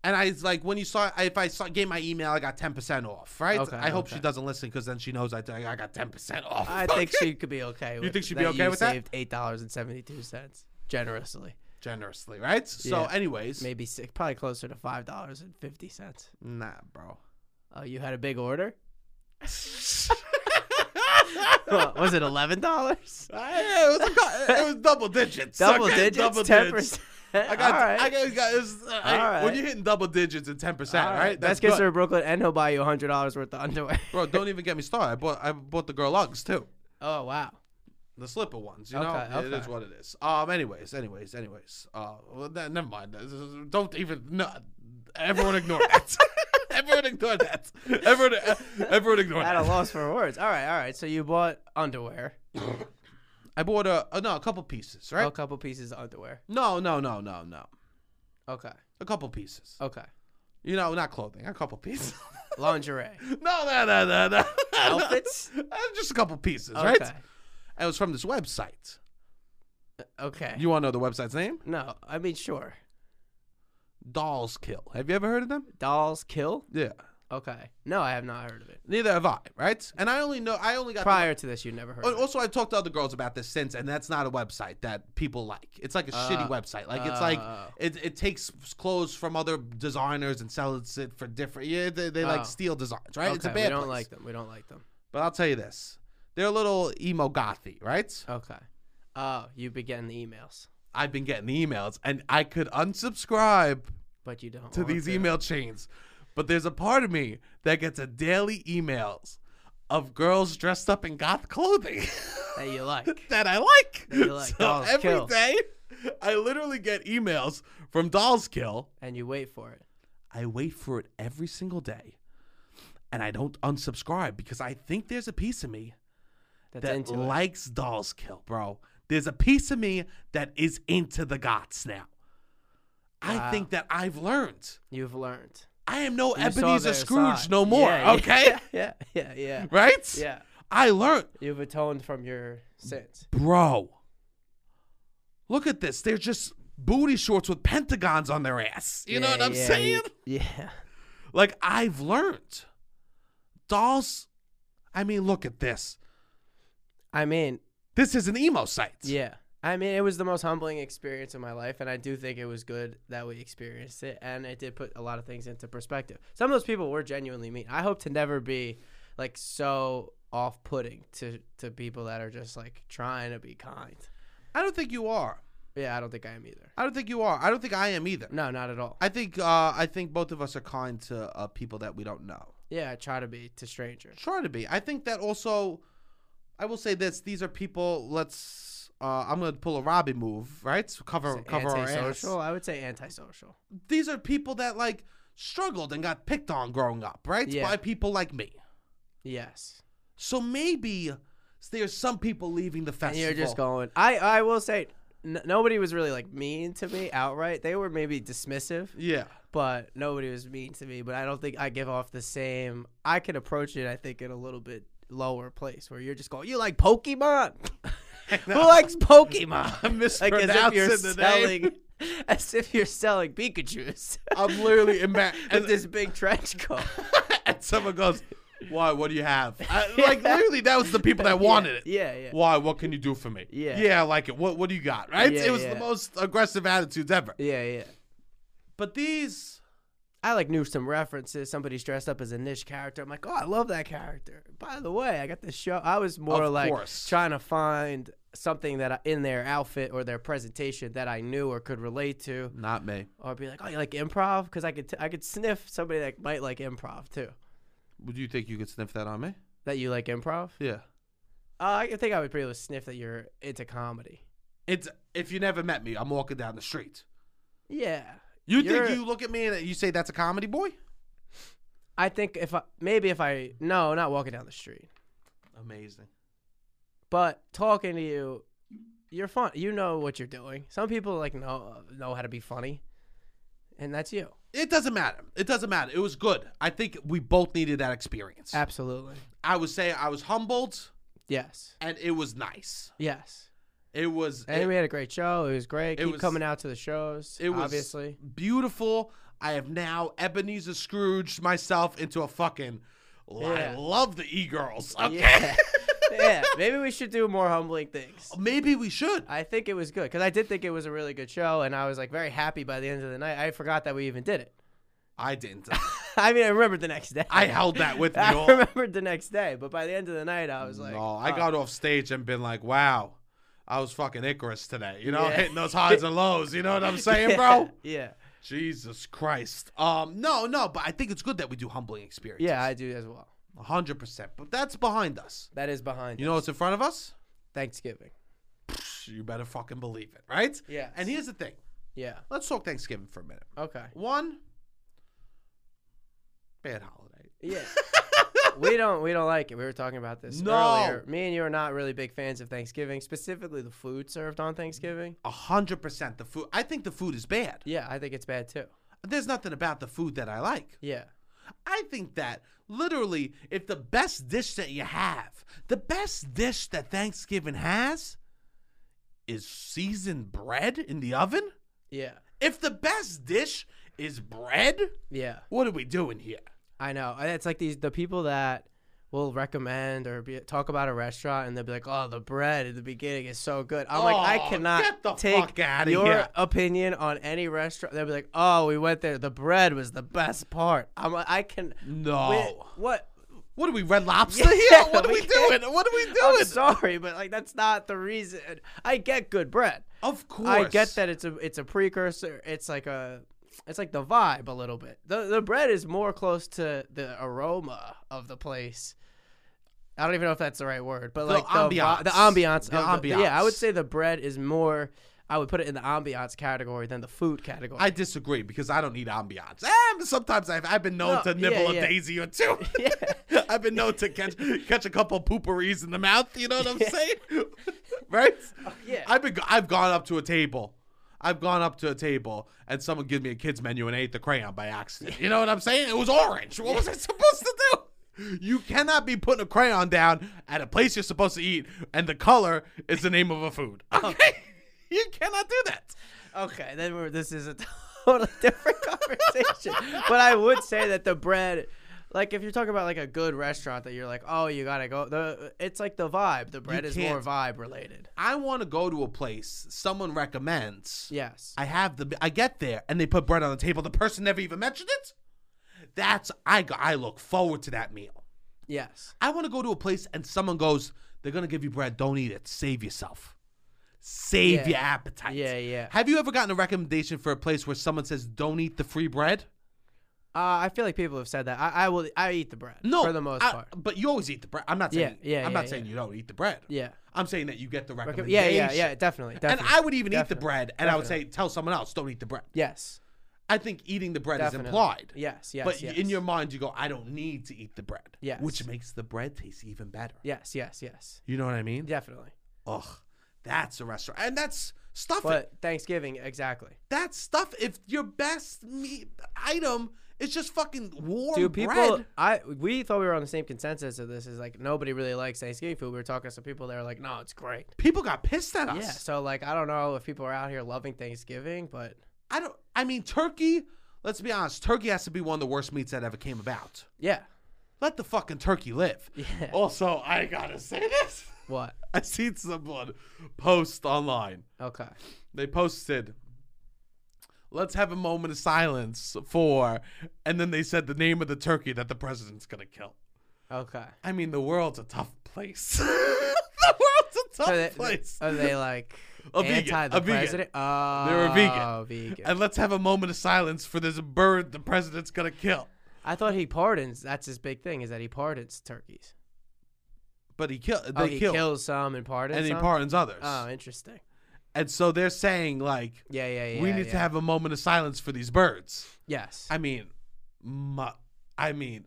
A: And I was like, when you saw, if I saw, gave my email, I got ten percent off, right?
B: Okay,
A: I hope
B: okay.
A: she doesn't listen because then she knows I, I got ten percent off.
B: I think she could be okay. With
A: think she'd be okay
B: you
A: with that?
B: saved Eight dollars and seventy-two cents generously.
A: generously, right? So,
B: Yeah.
A: anyways,
B: Maybe six, probably closer to five dollars and fifty cents.
A: nah, bro.
B: Oh, you had a big order. What, was it eleven dollars?
A: I- it, was a cou- it was double digits.
B: Double
A: okay?
B: digits, ten percent.
A: I got,
B: All right.
A: I got, I got it was, uh, I- when
B: right.
A: you're hitting double digits and ten percent,
B: All
A: right?
B: right,
A: That's
B: best
A: good,
B: kisser in Brooklyn, and he'll buy you hundred dollars worth of underwear.
A: bro. Don't even get me started. I bought, I bought the girl Uggs too,
B: oh wow.
A: the slipper ones. You
B: Okay,
A: know, it is
B: okay.
A: what it is. Um, anyways, anyways, anyways. Uh, well, ne- never mind. This is- Don't even. No, everyone ignore that. everyone ignore that. Everyone, everyone would ignore
B: At
A: that.
B: a loss for words. All right, all right. So you bought underwear,
A: I bought a, uh, no, a couple pieces, right?
B: a couple pieces of underwear.
A: No, no, no, no, no.
B: Okay,
A: A couple pieces.
B: okay.
A: You know, not clothing, a couple pieces.
B: Lingerie,
A: no, no, no, no, no.
B: outfits.
A: Uh, Just a couple pieces, right?
B: Okay,
A: And it was from this website.
B: okay.
A: You want to know the website's name?
B: no, I mean sure.
A: Dolls Kill. Have you ever heard of them?
B: Dolls kill.
A: Yeah.
B: Okay. No, I have not heard of it.
A: Neither have I, right? And I only know, I only got. the-
B: Prior to this, you never heard.
A: Oh,
B: of it.
A: also, I've talked to other girls about this since, and that's not a website that people like. It's like a shitty
B: Uh,
A: website. Like it's like
B: uh.
A: it, it takes clothes from other designers and sells it for different. Yeah, they, they
B: Oh.
A: like steal designs, right?
B: Okay,
A: it's a
B: we
A: bad
B: don't
A: place.
B: like them. We don't like them.
A: But I'll tell you this: they're a little emo gothy, right?
B: Okay. Oh, you've been getting the emails,
A: I've been getting the emails, and I could unsubscribe
B: but you don't.
A: to
B: want
A: these email chains, but there's a part of me that gets a daily emails of girls dressed up in goth clothing.
B: that you like.
A: that I like.
B: That you like.
A: So
B: Dolls
A: every
B: Kill.
A: day, I literally get emails from Dolls Kill.
B: and you wait for it.
A: I wait for it every single day, and I don't unsubscribe because I think there's a piece of me
B: That's
A: that
B: into
A: likes Dolls Kill, bro. There's a piece of me that is into the goths now. I
B: Wow.
A: think that I've learned.
B: it. You've learned.
A: I am no
B: You saw
A: Ebenezer
B: their
A: Scrooge
B: side.
A: no more.
B: Yeah, yeah,
A: okay,
B: Yeah, yeah, yeah.
A: right?
B: Yeah.
A: I learned,
B: You've atoned from your sins.
A: bro. Look at this. They're just booty shorts with pentagons on their ass. You know
B: Yeah,
A: what I'm
B: yeah,
A: saying?
B: you- yeah.
A: Like I've learned. Dolls. I mean, look at this.
B: I mean,
A: This is an emo site.
B: yeah. I mean, it was the most humbling experience of my life, and I do think it was good that we experienced it, and it did put a lot of things into perspective. Some of those people were genuinely mean. I hope to never be like so off-putting to to people that are just like trying to be kind.
A: I don't think you are.
B: Yeah, I don't think I am either.
A: I don't think you are. I don't think I am either.
B: No, not at all.
A: I think uh, I think both of us are kind to uh, people that we don't know.
B: Yeah, I try to be to strangers.
A: try to be. I think that also, I will say this: these are people. Let's. Uh, I'm gonna pull a Robbie move, right? So cover cover our ass.
B: antisocial. I would say antisocial.
A: These are people that like struggled and got picked on growing up, right?
B: Yeah.
A: By people like me.
B: Yes.
A: So maybe there's some people leaving the
B: And
A: festival.
B: you're just going. I I will say n- nobody was really like mean to me outright. They were maybe dismissive,
A: Yeah.
B: but nobody was mean to me. But I don't think I give off the same. I could approach it. I think in a little bit lower place where you're just going. You like Pokemon? Who likes Pokemon? Like as if
A: mispronouncing
B: you're
A: the name.
B: selling. As if you're selling Pikachu's
A: I'm literally ima-
B: with
A: and,
B: this big trench coat.
A: and someone goes, "Why? What do you have?" I, like literally, that was the people that wanted it.
B: Yeah, yeah.
A: Why? What can you do for me?
B: Yeah.
A: Yeah, I like it. What what do you got? Right?
B: Yeah,
A: it was
B: yeah.
A: the most aggressive attitudes ever.
B: Yeah, yeah.
A: But these
B: I like knew some references. Somebody's dressed up as a niche character. I'm like, oh, I love that character. By the way, I got this show. I was more
A: Of
B: like
A: course.
B: trying to find something that I, in their outfit or their presentation that I knew or could relate to,
A: not me.
B: or be like, oh, you like improv? Because I could t- I could sniff somebody that might like improv too.
A: Would you think you could sniff that on me?
B: That you like improv?
A: Yeah.
B: Uh, I think I would be able to sniff that you're into comedy.
A: It's if you never met me, I'm walking down the street.
B: Yeah,
A: You
B: You're-
A: think you look at me and you say that's a comedy boy?
B: I think if I maybe if I no, not walking down the street.
A: Amazing.
B: But talking to you, you're fun. You know what you're doing. Some people like know know how to be funny, and that's you.
A: It doesn't matter. It doesn't matter. It was good. I think we both needed that experience.
B: Absolutely.
A: I would say I was humbled
B: Yes.
A: and it was nice.
B: Yes.
A: It was
B: And
A: it,
B: we had a great show. It was great.
A: it
B: Keep
A: was-
B: coming out to the shows.
A: it was
B: obviously.
A: beautiful. I have now Ebenezer Scrooged myself into a fucking. I
B: Yeah.
A: love the e girls. Okay.
B: Yeah. yeah. Maybe we should do more humbling things.
A: Maybe we should.
B: I think it was good because I did think it was a really good show, and I was like very happy by the end of the night. I forgot that we even did it.
A: I didn't.
B: I mean, I remembered the next day.
A: I held that with me
B: I
A: all.
B: remembered the next day, but by the end of the night, I was like,
A: no, I
B: oh.
A: got off stage and been like, wow, I was fucking Icarus today. You know,
B: Yeah.
A: hitting those highs and lows. You know what I'm saying, bro?
B: Yeah.
A: Jesus Christ. Um, no, no, but I think it's good that we do humbling experiences.
B: Yeah, I do as well.
A: a hundred percent. But that's behind us.
B: That is behind
A: You know what's in front of us?
B: Thanksgiving.
A: You better fucking believe it, right?
B: Yeah.
A: And here's the thing.
B: yeah.
A: Let's talk Thanksgiving for a minute.
B: Okay.
A: One, bad holiday.
B: Yeah. we don't we don't like it. We were talking about this
A: No.
B: earlier. Me and you are not really big fans of Thanksgiving, specifically the food served on Thanksgiving.
A: A hundred percent. The food. I think the food is bad.
B: Yeah, I think it's bad too.
A: There's nothing about the food that I like.
B: Yeah.
A: I think that literally, if the best dish that you have, the best dish that Thanksgiving has, is seasoned bread in the oven.
B: Yeah.
A: If the best dish is bread,
B: Yeah.
A: what are we doing here?
B: I know. And It's like these the people that will recommend or be, talk about a restaurant and they'll be like, "Oh, the bread at the beginning is so good." I'm like,
A: Oh,
B: I cannot
A: get the
B: take
A: fuck outta
B: your
A: here.
B: opinion on any restaurant. They'll be like, "Oh, we went there. The bread was the best part." I'm like, I can.
A: No.
B: Wait, what?
A: What are we, Red Lobster here? What are
B: we
A: we doing? What are we
B: I'm
A: doing?
B: sorry, but like that's not the reason. I get good bread.
A: of course.
B: I get that it's a it's a precursor. It's like a it's like the vibe a little bit. The the bread is more close to the aroma of the place. I don't even know if that's the right word, but
A: The
B: like the vi-
A: ambiance.
B: the ambiance,
A: The
B: of yeah, I would
A: ambiance.
B: say the bread is more. I would put it in the ambiance category than the food category.
A: I disagree because I don't need ambiance. And sometimes I've, I've been known
B: No,
A: to nibble
B: yeah,
A: a
B: yeah.
A: daisy or two.
B: Yeah.
A: I've been known to catch catch a couple pooperies in the mouth. You know what I'm saying? right?
B: Oh, yeah.
A: I've been I've gone up to a table. I've gone up to a table and someone gave me a kid's menu and ate the crayon by accident. You know what I'm saying? It was orange. What was I supposed to do? You cannot be putting a crayon down at a place you're supposed to eat and the color is the name of a food. Okay? you cannot do that.
B: Okay, then we're, this is a totally different conversation. but I would say that the bread, like if you're talking about like a good restaurant that you're like, oh, you gotta go. The it's like the vibe. The bread is more
A: can't-
B: vibe related.
A: I want to go to a place someone recommends.
B: Yes.
A: I have the I get there and they put bread on the table. The person never even mentioned it. That's I go- I look forward to that meal.
B: yes.
A: I want to go to a place and someone goes, they're gonna give you bread. Don't eat it. Save yourself. Save
B: Yeah.
A: your appetite.
B: Yeah, yeah.
A: Have you ever gotten a recommendation for a place where someone says, "Don't eat the free bread"?
B: Uh, I feel like people have said that. I, I will. I eat the bread.
A: No,
B: for the most
A: I-
B: part.
A: But you always eat the bread. I'm not
B: Yeah,
A: saying.
B: yeah,
A: I'm
B: yeah,
A: not saying you don't eat the bread.
B: Yeah.
A: I'm saying that you get the
B: Okay,
A: recommendation.
B: Yeah, yeah, yeah. Definitely.
A: And
B: definitely.
A: I would even eat the
B: Definitely.
A: bread, and I would say, tell someone else, don't eat the bread.
B: yes.
A: I think eating the bread
B: Definitely.
A: is implied.
B: Yes. Yes.
A: but
B: yes.
A: in your mind, you go, I don't need to eat the bread.
B: Yes.
A: Which makes the bread taste even better.
B: Yes. Yes. Yes.
A: You know what I mean?
B: Definitely.
A: Ugh, that's a restaurant. And that's stuff.
B: But Thanksgiving, exactly.
A: that stuff, if your best meat item is just fucking warm
B: Do people?
A: bread.
B: I we thought we were on the same consensus of this is like nobody really likes Thanksgiving food. We were talking to some people. They were like, "No, it's great."
A: People got pissed at us.
B: Yeah. So like, I don't know if people are out here loving Thanksgiving, but
A: I don't. I mean, turkey. Let's be honest. Turkey has to be one of the worst meats that ever came about.
B: yeah,
A: Let the fucking turkey live.
B: Yeah.
A: Also, I gotta say this.
B: what?
A: I seen someone post online.
B: Okay.
A: They posted, "Let's have a moment of silence for," and then they said the name of the turkey that the president's gonna kill.
B: Okay.
A: I mean, the world's a tough place. the world's a tough
B: So they,
A: place.
B: are they like
A: A vegan,
B: anti
A: a
B: the
A: vegan.
B: president? Oh,
A: They're a vegan.
B: vegan.
A: and let's have a moment of silence for this bird the president's gonna kill.
B: I thought he pardons. That's his big thing is that he pardons turkeys.
A: But he kill. They
B: oh, he
A: kill.
B: kills some and pardons
A: and he
B: some?
A: pardons others.
B: Oh, interesting.
A: and so they're saying like,
B: Yeah, yeah, yeah.
A: we need
B: yeah.
A: to have a moment of silence for these birds.
B: yes.
A: I mean, my, I mean,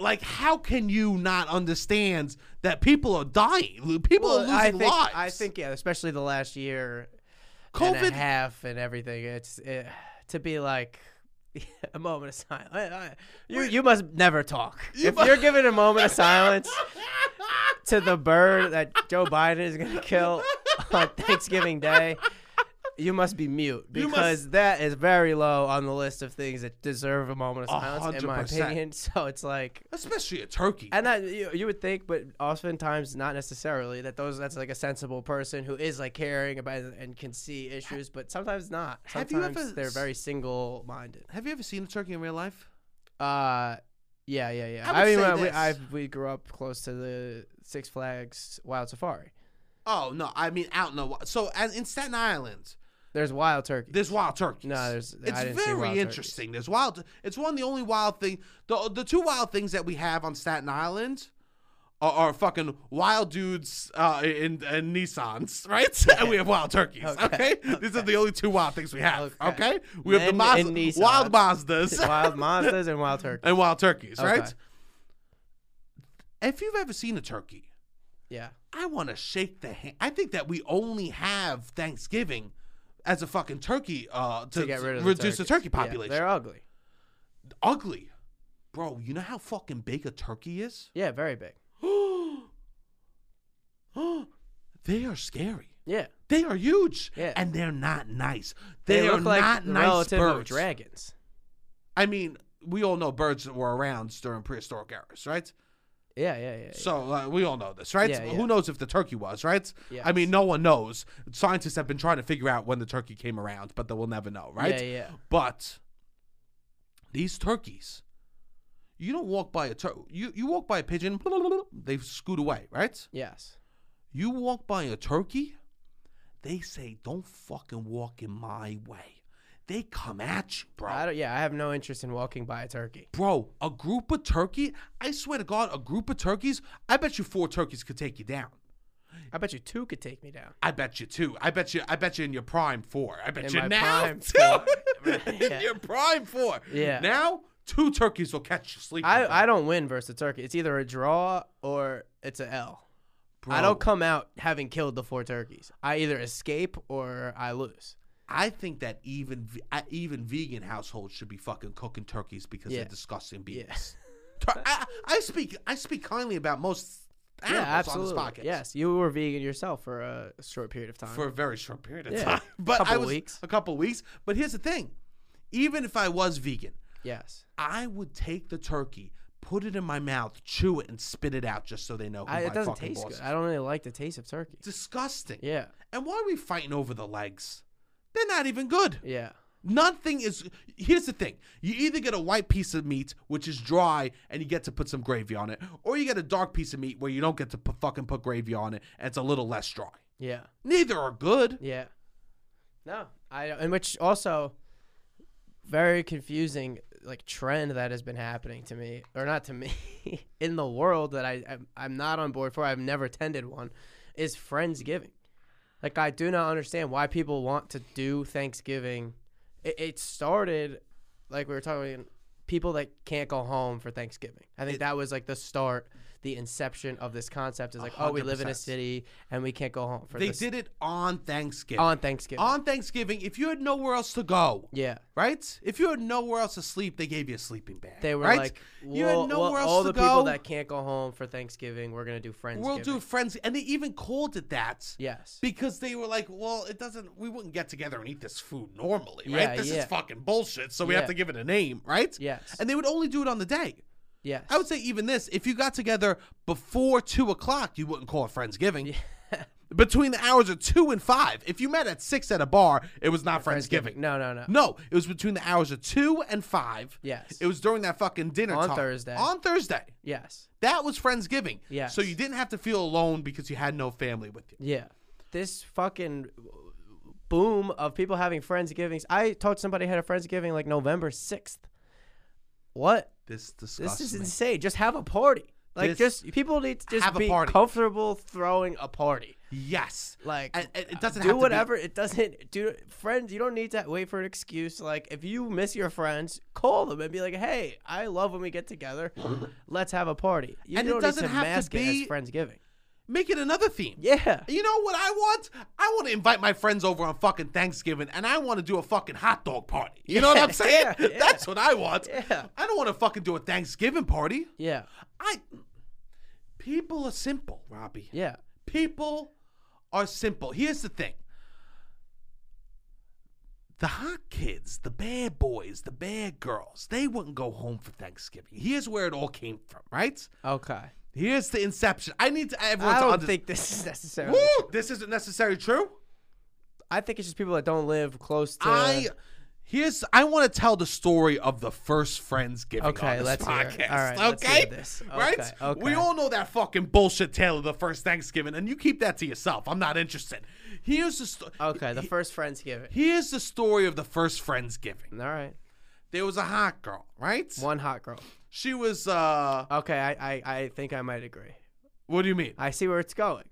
A: like, how can you not understand that people are dying? Lu- People are
B: Well,
A: losing
B: I think,
A: lives.
B: I think yeah, especially the last year and a
A: COVID.
B: half and everything. It's it, to be like a moment of silence. I- I- you you must never talk.
A: You
B: if
A: mu-
B: you're giving a moment of silence to the bird that Joe Biden is gonna kill on Thanksgiving Day, you must be mute
A: You
B: because
A: must-
B: that is very low on the list of things that deserve a moment
A: A
B: of silence, in my
A: 100%.
B: opinion. So it's like
A: Especially a turkey.
B: and that you, you would think, but oftentimes not necessarily that those that's like a sensible person who is like caring about it and can see issues, but sometimes not.
A: Have you
B: Sometimes
A: ever
B: they're
A: s-
B: very single minded.
A: Have you ever seen a turkey in real life?
B: Uh, yeah, yeah, yeah.
A: I
B: I,
A: would
B: mean,
A: say
B: I- we,
A: this.
B: I we grew up close to the Six Flags Wild Safari.
A: Oh no, I mean out in the wi- so and in Staten Island,
B: There's wild turkey.
A: there's wild turkeys.
B: no, there's.
A: It's
B: I didn't see wild
A: very
B: turkeys.
A: interesting. There's wild. It's one of the only wild thing. The the two wild things that we have on Staten Island are, are fucking wild dudes uh, in, in Nissans, right? and we have wild turkeys. Okay.
B: Okay.
A: these are the only two wild things we have. Okay,
B: Okay.
A: we have the
B: Men in
A: Mazda, wild
B: Nissans.
A: Mazdas
B: wild monsters and wild turkey.
A: and wild turkeys,
B: Okay.
A: right? If you've ever seen a turkey,
B: Yeah.
A: I want to shake the hand. I think that we only have Thanksgiving as a fucking turkey uh, to,
B: To, get rid of
A: reduce
B: the,
A: the turkey
B: Yeah,
A: population.
B: they're ugly.
A: Ugly. Bro, you know how fucking big a turkey is?
B: Yeah, very big.
A: they are scary.
B: Yeah.
A: They are huge.
B: Yeah.
A: And they're not nice. They,
B: They,
A: are
B: look like
A: not
B: the
A: nice
B: relative of
A: birds.
B: dragons.
A: I mean, we all know birds that were around during prehistoric eras, right?
B: Yeah, yeah, yeah. yeah.
A: So uh, we all know this, right?
B: Yeah, yeah.
A: Who knows if the turkey was, right?
B: Yeah.
A: I mean, no one knows. Scientists have been trying to figure out when the turkey came around, but they will never know, right?
B: Yeah, yeah.
A: But these turkeys, you don't walk by a turkey. You, you walk by a pigeon, they scoot away, right?
B: Yes.
A: You walk by a turkey, they say, don't fucking walk in my way. They come at you, bro.
B: I don't, yeah, I have no interest in walking by a turkey.
A: Bro, a group of turkey, I swear to God, a group of turkeys, I bet you four turkeys could take you down.
B: I bet you two could take me down.
A: I bet you too. I bet you. I bet you in your prime four. I bet
B: In
A: you
B: my
A: now
B: prime
A: too.
B: four. Right,
A: in
B: yeah.
A: your prime four.
B: Yeah.
A: Now two turkeys will catch you sleeping.
B: I, I don't win versus a turkey. It's either a draw or it's a L. I
A: Bro,
B: don't come out having killed the four turkeys. I either escape or I lose.
A: I think that even ve- I- even vegan households should be fucking cooking turkeys because
B: Yeah.
A: they're disgusting beings.
B: Yeah.
A: Tur- I, I speak I speak kindly about most
B: yeah,
A: animals on
B: absolutely.
A: this podcast.
B: Yes, you were vegan yourself for a short period of time.
A: for a very short period of
B: Yeah.
A: time. But I
B: Couple
A: was
B: weeks.
A: a couple weeks. But here's the thing: even if I was vegan,
B: yes.
A: I would take the turkey, put it in my mouth, chew it, and spit it out just so they know who
B: I,
A: my
B: it doesn't
A: fucking
B: taste
A: boss is.
B: good. I don't really like the taste of turkey.
A: Disgusting.
B: Yeah.
A: And why are we fighting over the legs? They're not even good.
B: Yeah.
A: Nothing is. Here's the thing: you either get a white piece of meat, which is dry, and you get to put some gravy on it, or you get a dark piece of meat where you don't get to put, fucking put gravy on it, and it's a little less dry.
B: Yeah.
A: Neither are good.
B: Yeah. No. I don't- and which also very confusing like trend that has been happening to me or not to me in the world that I I'm, I'm not on board for. I've never attended one is friendsgiving. Like I do not understand why people want to do Thanksgiving. It, it started like we were talking people that can't go home for Thanksgiving. I think that was like the start, the inception of this concept is like, oh, we live in a
A: 100%.
B: city and we can't go home for
A: They
B: this
A: did it on Thanksgiving.
B: on Thanksgiving.
A: on Thanksgiving, if you had nowhere else to go,
B: Yeah.
A: right? If you had nowhere else to sleep, they gave you a sleeping bag.
B: They were
A: right?
B: like,
A: you
B: "Well-
A: had nowhere
B: well,
A: else
B: all
A: to
B: the
A: go.
B: people that can't go home for Thanksgiving, we're going to do Friendsgiving.
A: we'll do friends, and they even called it that
B: Yes.
A: because they were like, well, it doesn't. We wouldn't get together and eat this food normally,
B: Yeah,
A: right? This is
B: yeah.
A: fucking bullshit. So we
B: Yeah.
A: have to give it a name, right?
B: Yes.
A: And they would only do it on the day.
B: yes.
A: I would say even this, if you got together before two o'clock, you wouldn't call it friendsgiving. Between the hours of two and five, if you met at six at a bar, it was not friendsgiving.
B: No, no, no.
A: No, it was between the hours of two and five.
B: Yes.
A: It was during that fucking dinner
B: On
A: time.
B: Thursday.
A: On Thursday.
B: yes.
A: That was Friendsgiving.
B: Yes.
A: So you didn't have to feel alone because you had no family with you.
B: Yeah. This fucking boom of people having Friendsgivings. I told somebody had a Friendsgiving like November 6th. What?
A: This
B: This
A: disgusts
B: is
A: me.
B: insane. Just have a party. Like
A: This-
B: just people need to just
A: Have a
B: be
A: party.
B: comfortable throwing a party.
A: Yes.
B: Like uh,
A: And- and it doesn't
B: do
A: have to be-
B: whatever. It doesn't do friends. You don't need to wait for an excuse. Like if you miss your friends, call them and be like, "Hey, I love when we get together. Let's have a party." You
A: And it
B: don't
A: doesn't
B: need to
A: have to
B: mask
A: be-
B: it as friendsgiving.
A: Make it another theme.
B: Yeah,
A: You know what I want? I want to invite my friends over on fucking Thanksgiving and I want to do a fucking hot dog party. You know what I'm saying?
B: yeah, yeah.
A: That's what I want.
B: Yeah.
A: I don't want to fucking do a Thanksgiving party.
B: yeah,
A: I people are simple, Robbie.
B: yeah,
A: People are simple. Here's the thing. The hot kids, the bad boys, the bad girls, they wouldn't go home for Thanksgiving. Here's where it all came from, right?
B: okay.
A: Here's the inception. I need to, everyone
B: I
A: to
B: don't
A: understand.
B: think this is necessarily.
A: Woo! This isn't necessarily true.
B: I think it's just people that don't live close to.
A: I here's I want to tell the story of the first Friendsgiving
B: Okay,
A: on this
B: let's hear it.
A: podcast.
B: All right,
A: okay,
B: let's hear this.
A: right?
B: Okay, okay.
A: We all know that fucking bullshit tale of the first Thanksgiving, and you keep that to yourself. I'm not interested. Here's the story.
B: okay, the first friendsgiving.
A: Here's the story of the first Friendsgiving.
B: All right,
A: There was a hot girl, right?
B: one hot girl.
A: She was. uh
B: Okay, I, I, I think I might agree.
A: What do you mean?
B: I see where it's going.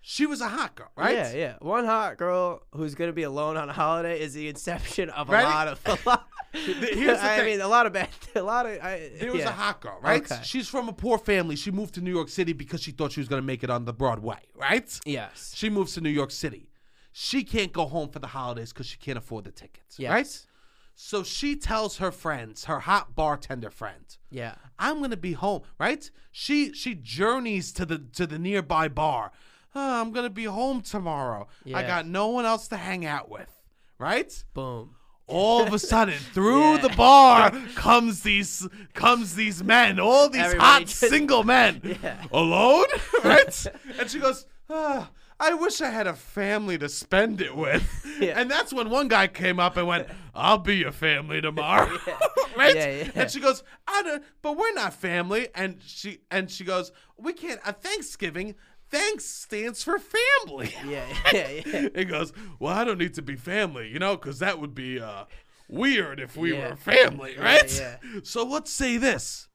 A: She was a hot girl, right?
B: Yeah, yeah. One hot girl who's gonna be alone on a holiday is the inception of a
A: Ready?
B: lot of a lot.
A: Here's the
B: I
A: thing.
B: mean, a lot of bad. A lot of. I,
A: There was
B: yeah.
A: a hot girl, right?
B: Okay.
A: She's from a poor family. She moved to New York City because she thought she was going to make it on the Broadway, right?
B: Yes.
A: She moves to New York City. She can't go home for the holidays because she can't afford the tickets,
B: Yes.
A: right? So she tells her friends, her hot bartender friend,
B: Yeah.
A: I'm gonna be home, right? She she journeys to the to the nearby bar. "Ah, I'm gonna be home tomorrow. I
B: Yeah.
A: got no one else to hang out with, right?
B: Boom.
A: All of a sudden, through
B: Yeah.
A: the bar comes these comes these men, all these
B: Everybody
A: hot
B: just-
A: single men,
B: Yeah.
A: alone, right? and she goes, ah, "I wish I had a family to spend it with."
B: Yeah.
A: And that's when one guy came up and went, "I'll be your family tomorrow," right?
B: Yeah, yeah.
A: And she goes, "I don't, but we're not family." And she and she goes, "We can't. Uh, Thanksgiving, thanks stands for family."
B: Yeah. Yeah. Yeah.
A: It goes, well, I don't need to be family, you know, because that would be uh, weird if we
B: Yeah.
A: were family,
B: Yeah,
A: right?
B: yeah.
A: So let's say this.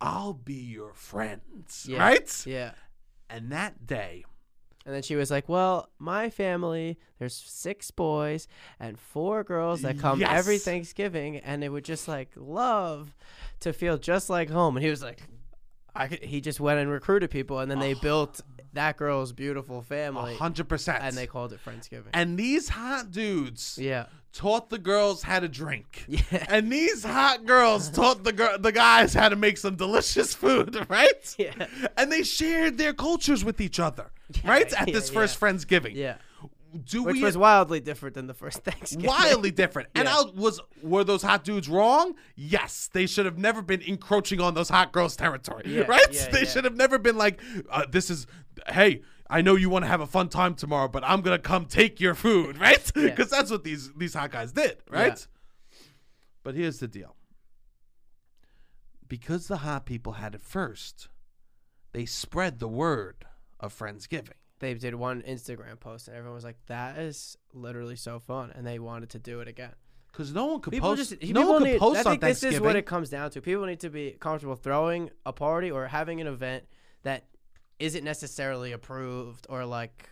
A: I'll be your friends,
B: Yeah.
A: right?
B: Yeah.
A: And that day,
B: And then she was like, "Well, my family, there's six boys and four girls that come every
A: Yes.
B: Thanksgiving, and they would just like love to feel just like home." And he was like, "I." Could, he just went and recruited people, and then
A: Oh.
B: they built that girl's beautiful family,
A: 100%.
B: and they called it Friendsgiving.
A: and these hot dudes
B: yeah,
A: taught the girls how to drink.
B: Yeah.
A: And these hot girls taught the gir- the guys how to make some delicious food, right?
B: Yeah.
A: And they shared their cultures with each other, right? At
B: yeah,
A: this first Friendsgiving.
B: yeah,
A: Do
B: which
A: we
B: was wildly different than the first Thanksgiving.
A: wildly different. And
B: Yeah.
A: I was were those hot dudes wrong? Yes, they should have never been encroaching on those hot girls' territory,
B: Yeah,
A: right?
B: yeah,
A: they
B: yeah.
A: should have never been like, uh, "This is, hey, I know you want to have a fun time tomorrow, but I'm gonna come take your food," right? Because
B: Yeah.
A: that's what these these hot guys did, right? But here's the deal: because the hot people had it first, they spread the word of friendsgiving.
B: They did one Instagram post, and everyone was like, "That is literally so fun," and they wanted to do it again.
A: Because no one could
B: People
A: post.
B: just
A: no
B: people
A: one
B: need,
A: could post
B: I think
A: on
B: this
A: Thanksgiving.
B: is what it comes down to. People need to be comfortable throwing a party or having an event that isn't necessarily approved or like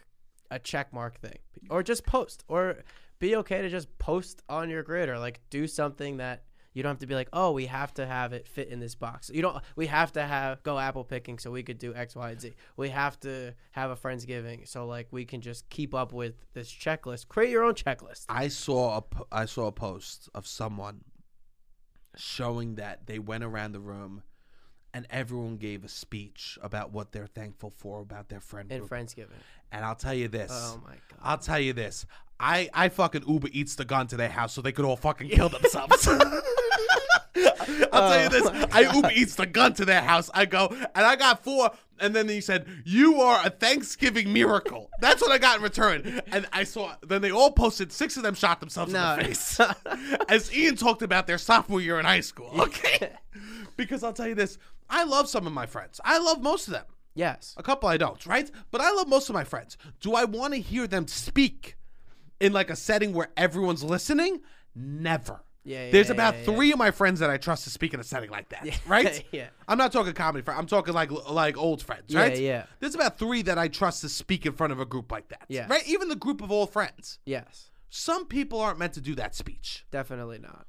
B: a check mark thing, or just post or be okay to just post on your grid or like do something that you don't have to be like, oh, we have to have it fit in this box. You don't. We have to have go apple picking so we could do X, Y, and Z. We have to have a friendsgiving so like we can just keep up with this checklist. Create your own checklist.
A: I saw a p- I saw a post of someone showing that they went around the room and everyone gave a speech about what they're thankful for about their friend
B: In
A: group.
B: friendsgiving.
A: and I'll tell you this.
B: Oh my god.
A: I'll tell you this. I, I fucking Uber Eats the gun to their house so they could all fucking kill themselves. I'll tell you
B: Oh
A: this.
B: my
A: I Uber Eats the gun to their house. I go, and I got four. And then he said, You are a Thanksgiving miracle. That's what I got in return. And I saw, then they all posted, six of them shot themselves in
B: No.
A: the face. As Ian talked about their sophomore year in high school, okay? because I'll tell you this. I love some of my friends, I love most of them.
B: Yes.
A: A couple I don't, right? But I love most of my friends. Do I want to hear them speak in like a setting where everyone's listening? Never.
B: Yeah, yeah,
A: There's
B: yeah,
A: about
B: yeah, yeah.
A: three of my friends that I trust to speak in a setting like that, right?
B: yeah.
A: I'm not talking comedy friends. I'm talking like like old friends,
B: Yeah,
A: right?
B: yeah.
A: There's about three that I trust to speak in front of a group like that,
B: Yeah.
A: right? Even the group of old friends.
B: Yes.
A: Some people aren't meant to do that speech.
B: Definitely not.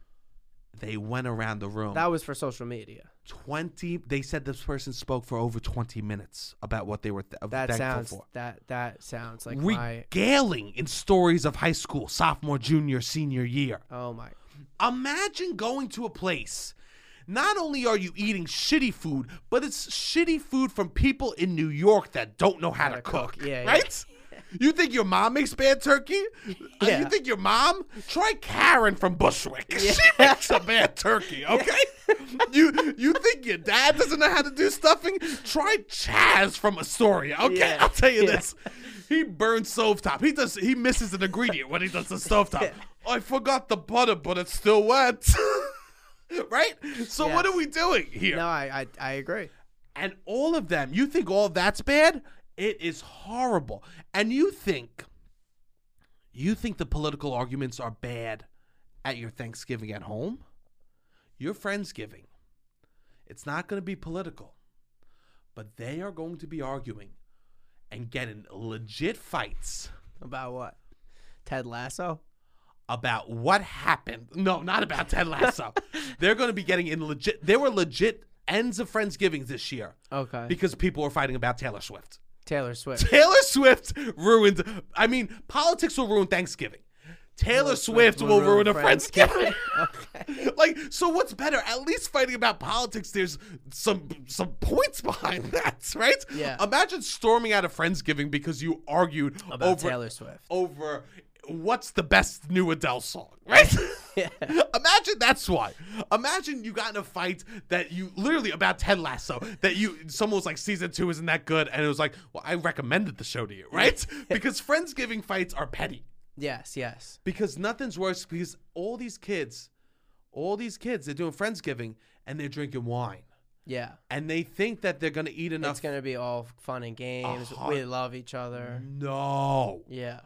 A: They went around the room.
B: That was for social media.
A: 20 they said this person spoke for over 20 minutes about what they were th-
B: That
A: thankful
B: sounds
A: for.
B: that that sounds like my
A: regaling in stories of high school, sophomore, junior, senior year.
B: oh my
A: Imagine going to a place. Not only are you eating shitty food, but it's shitty food from people in New York that don't know how, to, cook.
B: cook. Yeah, yeah.
A: right? You think your mom makes bad turkey? Uh,
B: Yeah.
A: you think your mom? Try Karen from Bushwick. She makes a bad turkey, okay? you you think your dad doesn't know how to do stuffing? Try Chaz from Astoria, okay?
B: Yeah.
A: I'll tell you
B: Yeah.
A: this. He burns stovetop. He does. He misses an ingredient when he does the stovetop. I forgot the butter, but it's still wet. right? So what
B: Yes.
A: are we doing here?
B: No, I I, I agree.
A: And all of them. You think all of that's bad? It is horrible. And you think, you think the political arguments are bad at your Thanksgiving at home? Your friendsgiving. It's not going to be political, but they are going to be arguing and get in legit fights
B: About what? Ted Lasso?
A: about what happened. No, not about Ted Lasso. They're going to be getting in legit. There were legit ends of Friendsgivings this year
B: Okay.
A: because people were fighting about Taylor Swift.
B: Taylor Swift.
A: Taylor Swift ruined. I mean, politics will ruin Thanksgiving. Taylor, Swift, will ruin, a Friendsgiving. like, so what's better? At least fighting about politics, there's some some points behind that, right?
B: Yeah.
A: Imagine storming out of Friendsgiving because you argued
B: About
A: over
B: Taylor Swift.
A: over what's the best new Adele song, right?
B: Yeah.
A: Imagine that's why. Imagine you got in a fight that you literally about Ted Lasso that you someone was like season two isn't that good and it was like well I recommended the show to you right because friendsgiving fights are petty
B: Yes, yes.
A: because nothing's worse because all these kids, all these kids they're doing friendsgiving and they're drinking wine
B: Yeah.
A: and they think that they're gonna eat enough.
B: It's going to be all fun and games.
A: Uh-huh.
B: We love each
A: Mm.
B: other.
A: no,
B: Yeah.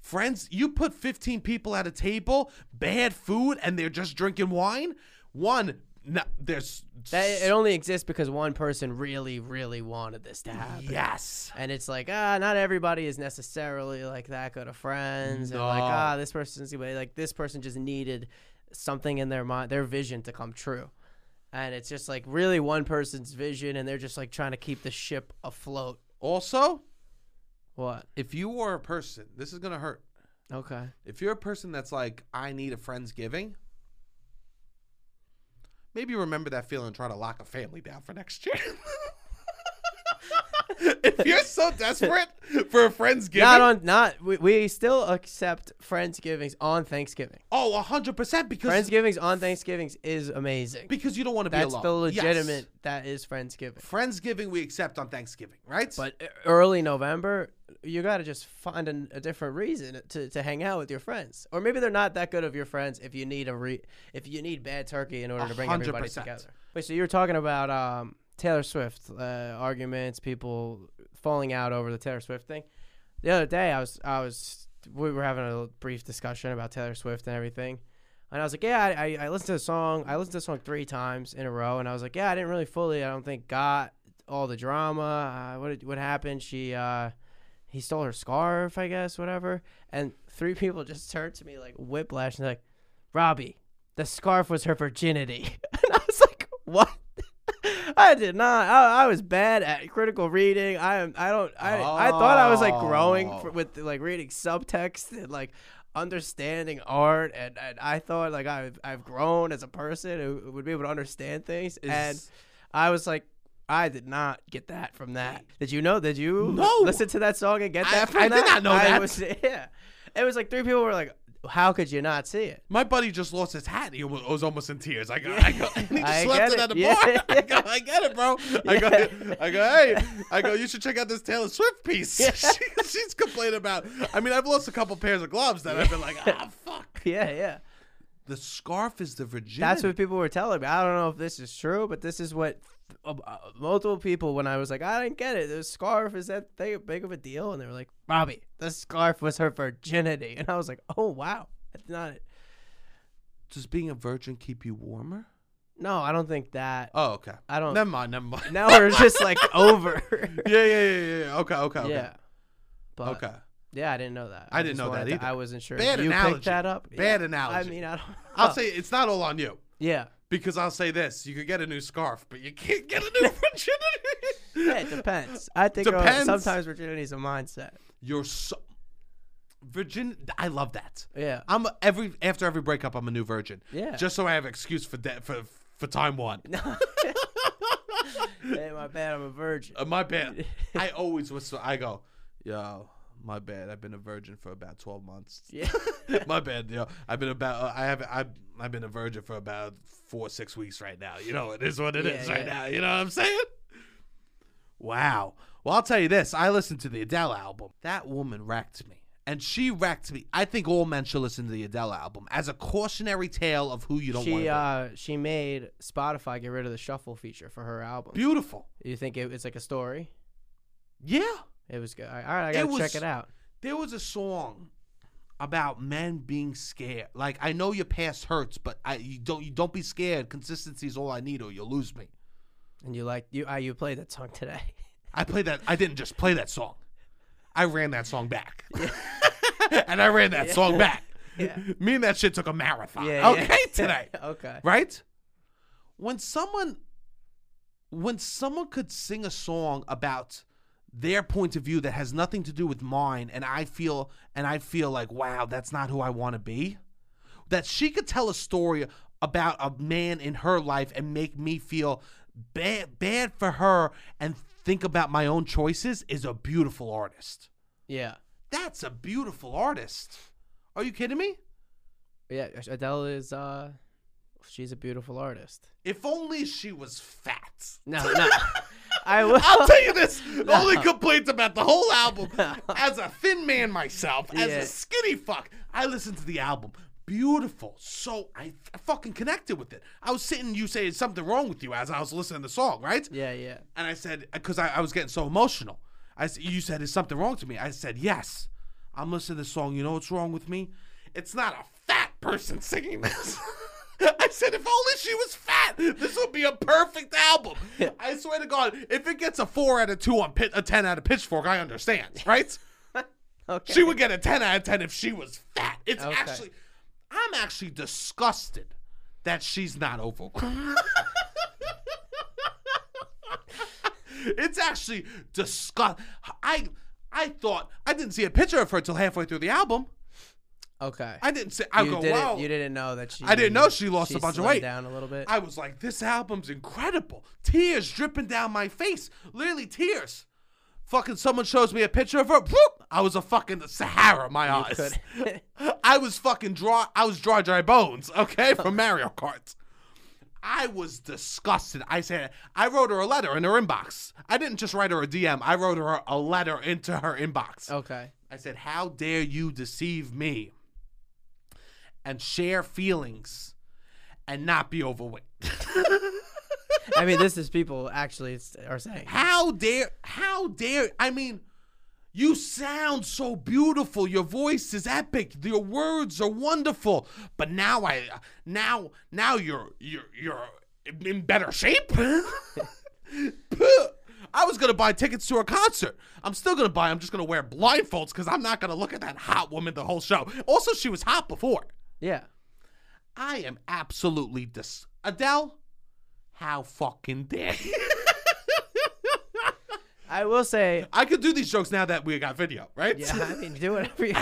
A: Friends, you put 15 people at a table, bad food, and they're just drinking wine. One, no, there's.
B: That, it only exists because one person really, really wanted this to happen.
A: yes.
B: And it's like, ah, not everybody is necessarily like that good of friends. And like,
A: No.
B: ah, this person's like this person just needed something in their mind, their vision to come true. And it's just like really one person's vision, and they're just like trying to keep the ship afloat.
A: Also,
B: What?
A: if you are a person, this is going to hurt.
B: Okay.
A: If you're a person that's like, I need a Friendsgiving, maybe remember that feeling and try to lock a family down for next year. if you're so desperate for a Friendsgiving,
B: Not on, not, we, we still accept Friendsgivings on Thanksgiving.
A: oh, 100% because,
B: Friendsgivings on Thanksgivings is amazing.
A: because you don't want to be
B: That's
A: alone.
B: the
A: Yes.
B: legitimate, that is Friendsgiving.
A: Friendsgiving we accept on Thanksgiving, right?
B: But e- early November, you got to just find an, a different reason to, to hang out with your friends, or maybe they're not that good of your friends if you need a re- if you need bad turkey in order to bring everybody
A: 100%.
B: together. Wait, so you were talking about um, Taylor Swift uh, arguments, people falling out over the Taylor Swift thing. The other day, I was I was we were having a little brief discussion about Taylor Swift and everything. And I was like, yeah, I, I- I listened to the song. I listened to the song three times in a row, and I was like, yeah, I didn't really fully, I don't think, got all the drama. Uh, what did- what happened? She uh, he stole her scarf, I guess, whatever. And three people just turned to me like whiplash, and they're like, Robbie, the scarf was her virginity. and I was like, what? I did not. I, I was bad at critical reading. I am. I don't. I. I thought I was like growing
A: Oh.
B: for, with like reading subtext and like understanding art, and, and I thought like I've I've grown as a person who would be able to understand things. and
A: Is-
B: I was like, I did not get that from that. Did you know? Did you
A: No.
B: listen to that song and get
A: I-
B: that from
A: I
B: that?
A: did not know
B: I
A: that.
B: Was, yeah, it was like three people were like, "How could you not see it?"
A: My buddy just lost his hat. He almost, was almost in tears. I go, I go, and he just
B: I
A: left
B: get
A: it,
B: it.
A: at the
B: Yeah.
A: bar. I go, I get it, bro. I go, I go, hey, I go. You should check out this Taylor Swift piece. she, she's complaining about. I mean, I've lost a couple pairs of gloves that I've been like, ah, fuck.
B: Yeah, yeah.
A: The scarf is the virginity.
B: That's what people were telling me. I don't know if this is true, but this is what uh, uh, multiple people when I was like, I didn't get it. The scarf is that thing big of a deal? And they were like, Robbie, the scarf was her virginity, and I was like, Oh wow, that's not it.
A: Does being a virgin keep you warmer?
B: No, I don't think that.
A: Oh, okay.
B: I don't.
A: Never mind. Never mind.
B: now we're just like over.
A: yeah, yeah, yeah, yeah, yeah. Okay, okay, okay.
B: Yeah. But,
A: Okay.
B: Yeah, I didn't know that.
A: I didn't
B: just
A: know that
B: wanted to-
A: either.
B: I wasn't sure.
A: Bad
B: you
A: analogy.
B: picked that up.
A: Bad
B: Yeah.
A: analogy.
B: I mean, I don't.
A: I'll say it's not all on you.
B: Yeah.
A: Because I'll say this: you could get a new scarf, but you can't get a new
B: Yeah,
A: virginity.
B: it depends. I think uh,
A: Depends.
B: sometimes virginity is a mindset.
A: You're so virgin. I love that.
B: Yeah.
A: I'm a- every after every breakup, I'm a new virgin.
B: Yeah.
A: Just so I have an excuse for that for for time one.
B: hey, my bad. I'm a virgin.
A: Uh, my bad. I always whistle. I go, yo, my bad. I've been a virgin for about twelve months.
B: Yeah.
A: my bad, yo. I've been about. Uh, I have. I've, I've been a virgin for about four six weeks right now. You know, it is what it is
B: Yeah,
A: right
B: yeah.
A: now. You know what I'm saying? Wow. Well, I'll tell you this. I listened to the Adele album. That woman wrecked me. And she wrecked me. I think all men should listen to the Adele album as a cautionary tale of who you don't want
B: She
A: to
B: uh she made Spotify get rid of the shuffle feature for her album.
A: be. Beautiful.
B: You think it, it's like a story?
A: Yeah.
B: It was good. All right, I gotta
A: It was-
B: check it out.
A: There was a song about men being scared. Like I know your past hurts, but I you don't you don't be scared. Consistency is all I need, or you'll lose me.
B: And you like you uh, you ah, played that song today.
A: I played that. I didn't just play that song. I ran that song back. and I ran that song back.
B: Yeah.
A: Me and that shit took a marathon.
B: Yeah,
A: okay,
B: yeah.
A: tonight.
B: okay.
A: Right? When someone when someone could sing a song about their point of view that has nothing to do with mine and I feel and I feel like, wow, that's not who I want to be. That she could tell a story about a man in her life and make me feel bad bad for her and think about my own choices is a beautiful artist.
B: Yeah.
A: That's a beautiful artist. Are you kidding me?
B: Yeah. Adele is. uh She's a beautiful artist.
A: If only she was fat.
B: No, no. I will.
A: I'll tell you this. The only complaint about the whole album, as a thin man myself, as
B: Yeah.
A: a skinny fuck, I listened to the album. Beautiful. So I, I fucking connected with it. I was sitting, you saying something wrong with you as I was listening to the song, right?
B: Yeah, yeah.
A: And I said, because I, I was getting so emotional. I s- you said, is something wrong to me? I said, yes. I'm listening to this song. You know what's wrong with me? It's not a fat person singing this. I said, if only she was fat, this would be a perfect album. I swear to God, if it gets a four out of two on pit, a ten out of Pitchfork, I understand, right?
B: Okay.
A: She would get a 10 out of 10 if she was fat. It's
B: Okay.
A: actually, I'm actually disgusted that she's not oval. it's actually disgust. I, I thought I didn't see a picture of her till halfway through the album.
B: okay.
A: I didn't see. I
B: you
A: go,
B: didn't,
A: wow.
B: You didn't know that she.
A: I didn't know she lost a bunch of
B: slimmed
A: weight.
B: Down a little bit.
A: I was like, this album's incredible. Tears dripping down my face. Literally tears. Fucking someone shows me a picture of her. Whoop! I was a fucking Sahara, in my eyes.
B: could-
A: I was fucking dry. I was dry, dry bones, okay, from Mario Kart. I was disgusted. I said, I wrote her a letter in her inbox. I didn't just write her a DM. I wrote her a letter into her inbox.
B: okay.
A: I said, How dare you deceive me and share feelings and not be overweight?
B: I mean, this is people actually s- are saying.
A: How dare, how dare, I mean, you sound so beautiful. Your voice is epic. Your words are wonderful. But now I, now, now you're, you're, you're in better shape. Puh. I was gonna buy tickets to a concert. I'm still gonna buy. I'm just gonna wear blindfolds because I'm not gonna look at that hot woman the whole show. Also, she was hot before.
B: Yeah.
A: I am absolutely dis. Adele, how fucking dare? you?
B: I will say.
A: I could do these jokes now that we got video, right?
B: Yeah. I mean, do whatever you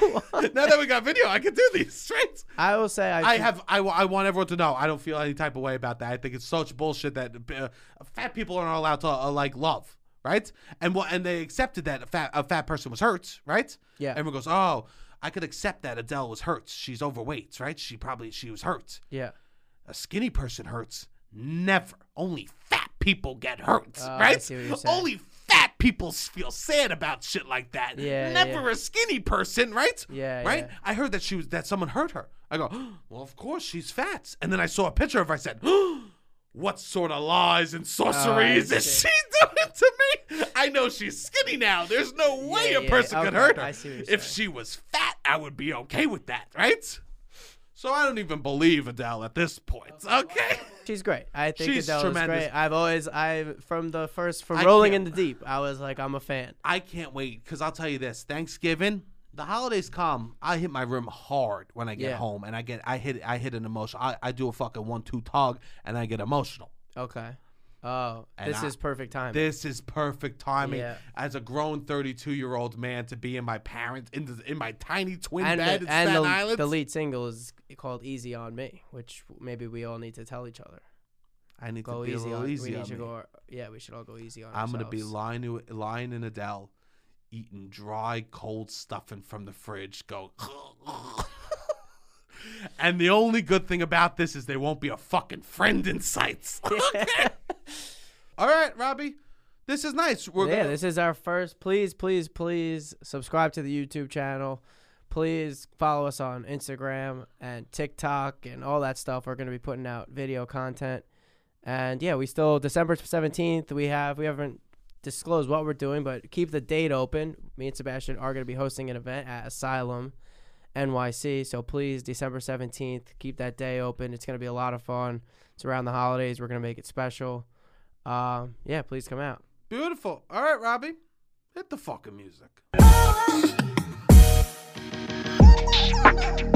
B: want.
A: now that we got video, I could do these, right?
B: I will say. I,
A: I
B: think-
A: have. I, wa- I want everyone to know. I don't feel any type of way about that. I think it's such bullshit that uh, fat people aren't allowed to uh, like love, right? And well, and they accepted that a fat a fat person was hurt, right?
B: Yeah.
A: Everyone goes, oh, I could accept that Adele was hurt. She's overweight, right? She probably she was hurt.
B: Yeah.
A: A skinny person hurts. Never. Only fat people get hurt,
B: Oh, I
A: right?
B: see what you're saying.
A: Only fat people s- feel sad about shit like that.
B: Yeah,
A: Never a skinny person, right?
B: Yeah,
A: Right?
B: yeah.
A: I heard that she was that someone hurt her. I go, well, of course she's fat. And then I saw a picture of her. I said, what sort of lies and sorcery
B: Oh, I
A: is this
B: see.
A: she doing to me? I know she's skinny now. There's no way
B: Yeah,
A: a
B: yeah,
A: person could
B: okay,
A: hurt her.
B: I see what you're
A: if she was fat, I would be okay with that, right? So I don't even believe Adele at this point. Okay.
B: She's great. I think
A: She's
B: Adele
A: tremendous.
B: is great. I've always, I from the first, from
A: I
B: Rolling in
A: can't-
B: the Deep, I was like, I'm a fan.
A: I can't wait because I'll tell you this: Thanksgiving, the holidays come. I hit my room hard when I get
B: Yeah.
A: home, and I get I hit I hit an emotion. I, I do a fucking one two tug, and I get emotional.
B: Okay. Oh,
A: And
B: this
A: I-
B: is perfect time.
A: This is perfect timing
B: Yeah.
A: as a grown 32 year old man to be in my parents in the, in my tiny twin
B: and
A: bed
B: the,
A: in
B: and
A: Staten
B: the-
A: Island.
B: the lead single is called "Easy on Me," which maybe we all need to tell each other.
A: I need to
B: Go
A: be a
B: easy
A: little
B: on.
A: easy
B: we need
A: on
B: to
A: me.
B: go. Yeah, we should all go easy on.
A: I'm gonna be
B: ourselves.
A: lying to lying in Adele, eating dry, cold stuffing from the fridge. Go. and the only good thing about this is there won't be a fucking friend in sights. Okay? All right, Robbie, this is nice. We're
B: yeah,
A: gonna-
B: this is our first. Please, please, please subscribe to the YouTube channel. Please follow us on Instagram and TikTok and all that stuff. We're going to be putting out video content. And yeah, we still December 17th. We have we haven't disclosed what we're doing, but keep the date open. Me and Sebastian are going to be hosting an event at Asylum NYC. So please December 17th, keep that day open. It's going to be a lot of fun. It's around the holidays. We're going to make it special. Um, yeah, please come out.
A: beautiful. All right, Robbie, hit the fucking music.
C: Oh Thank you.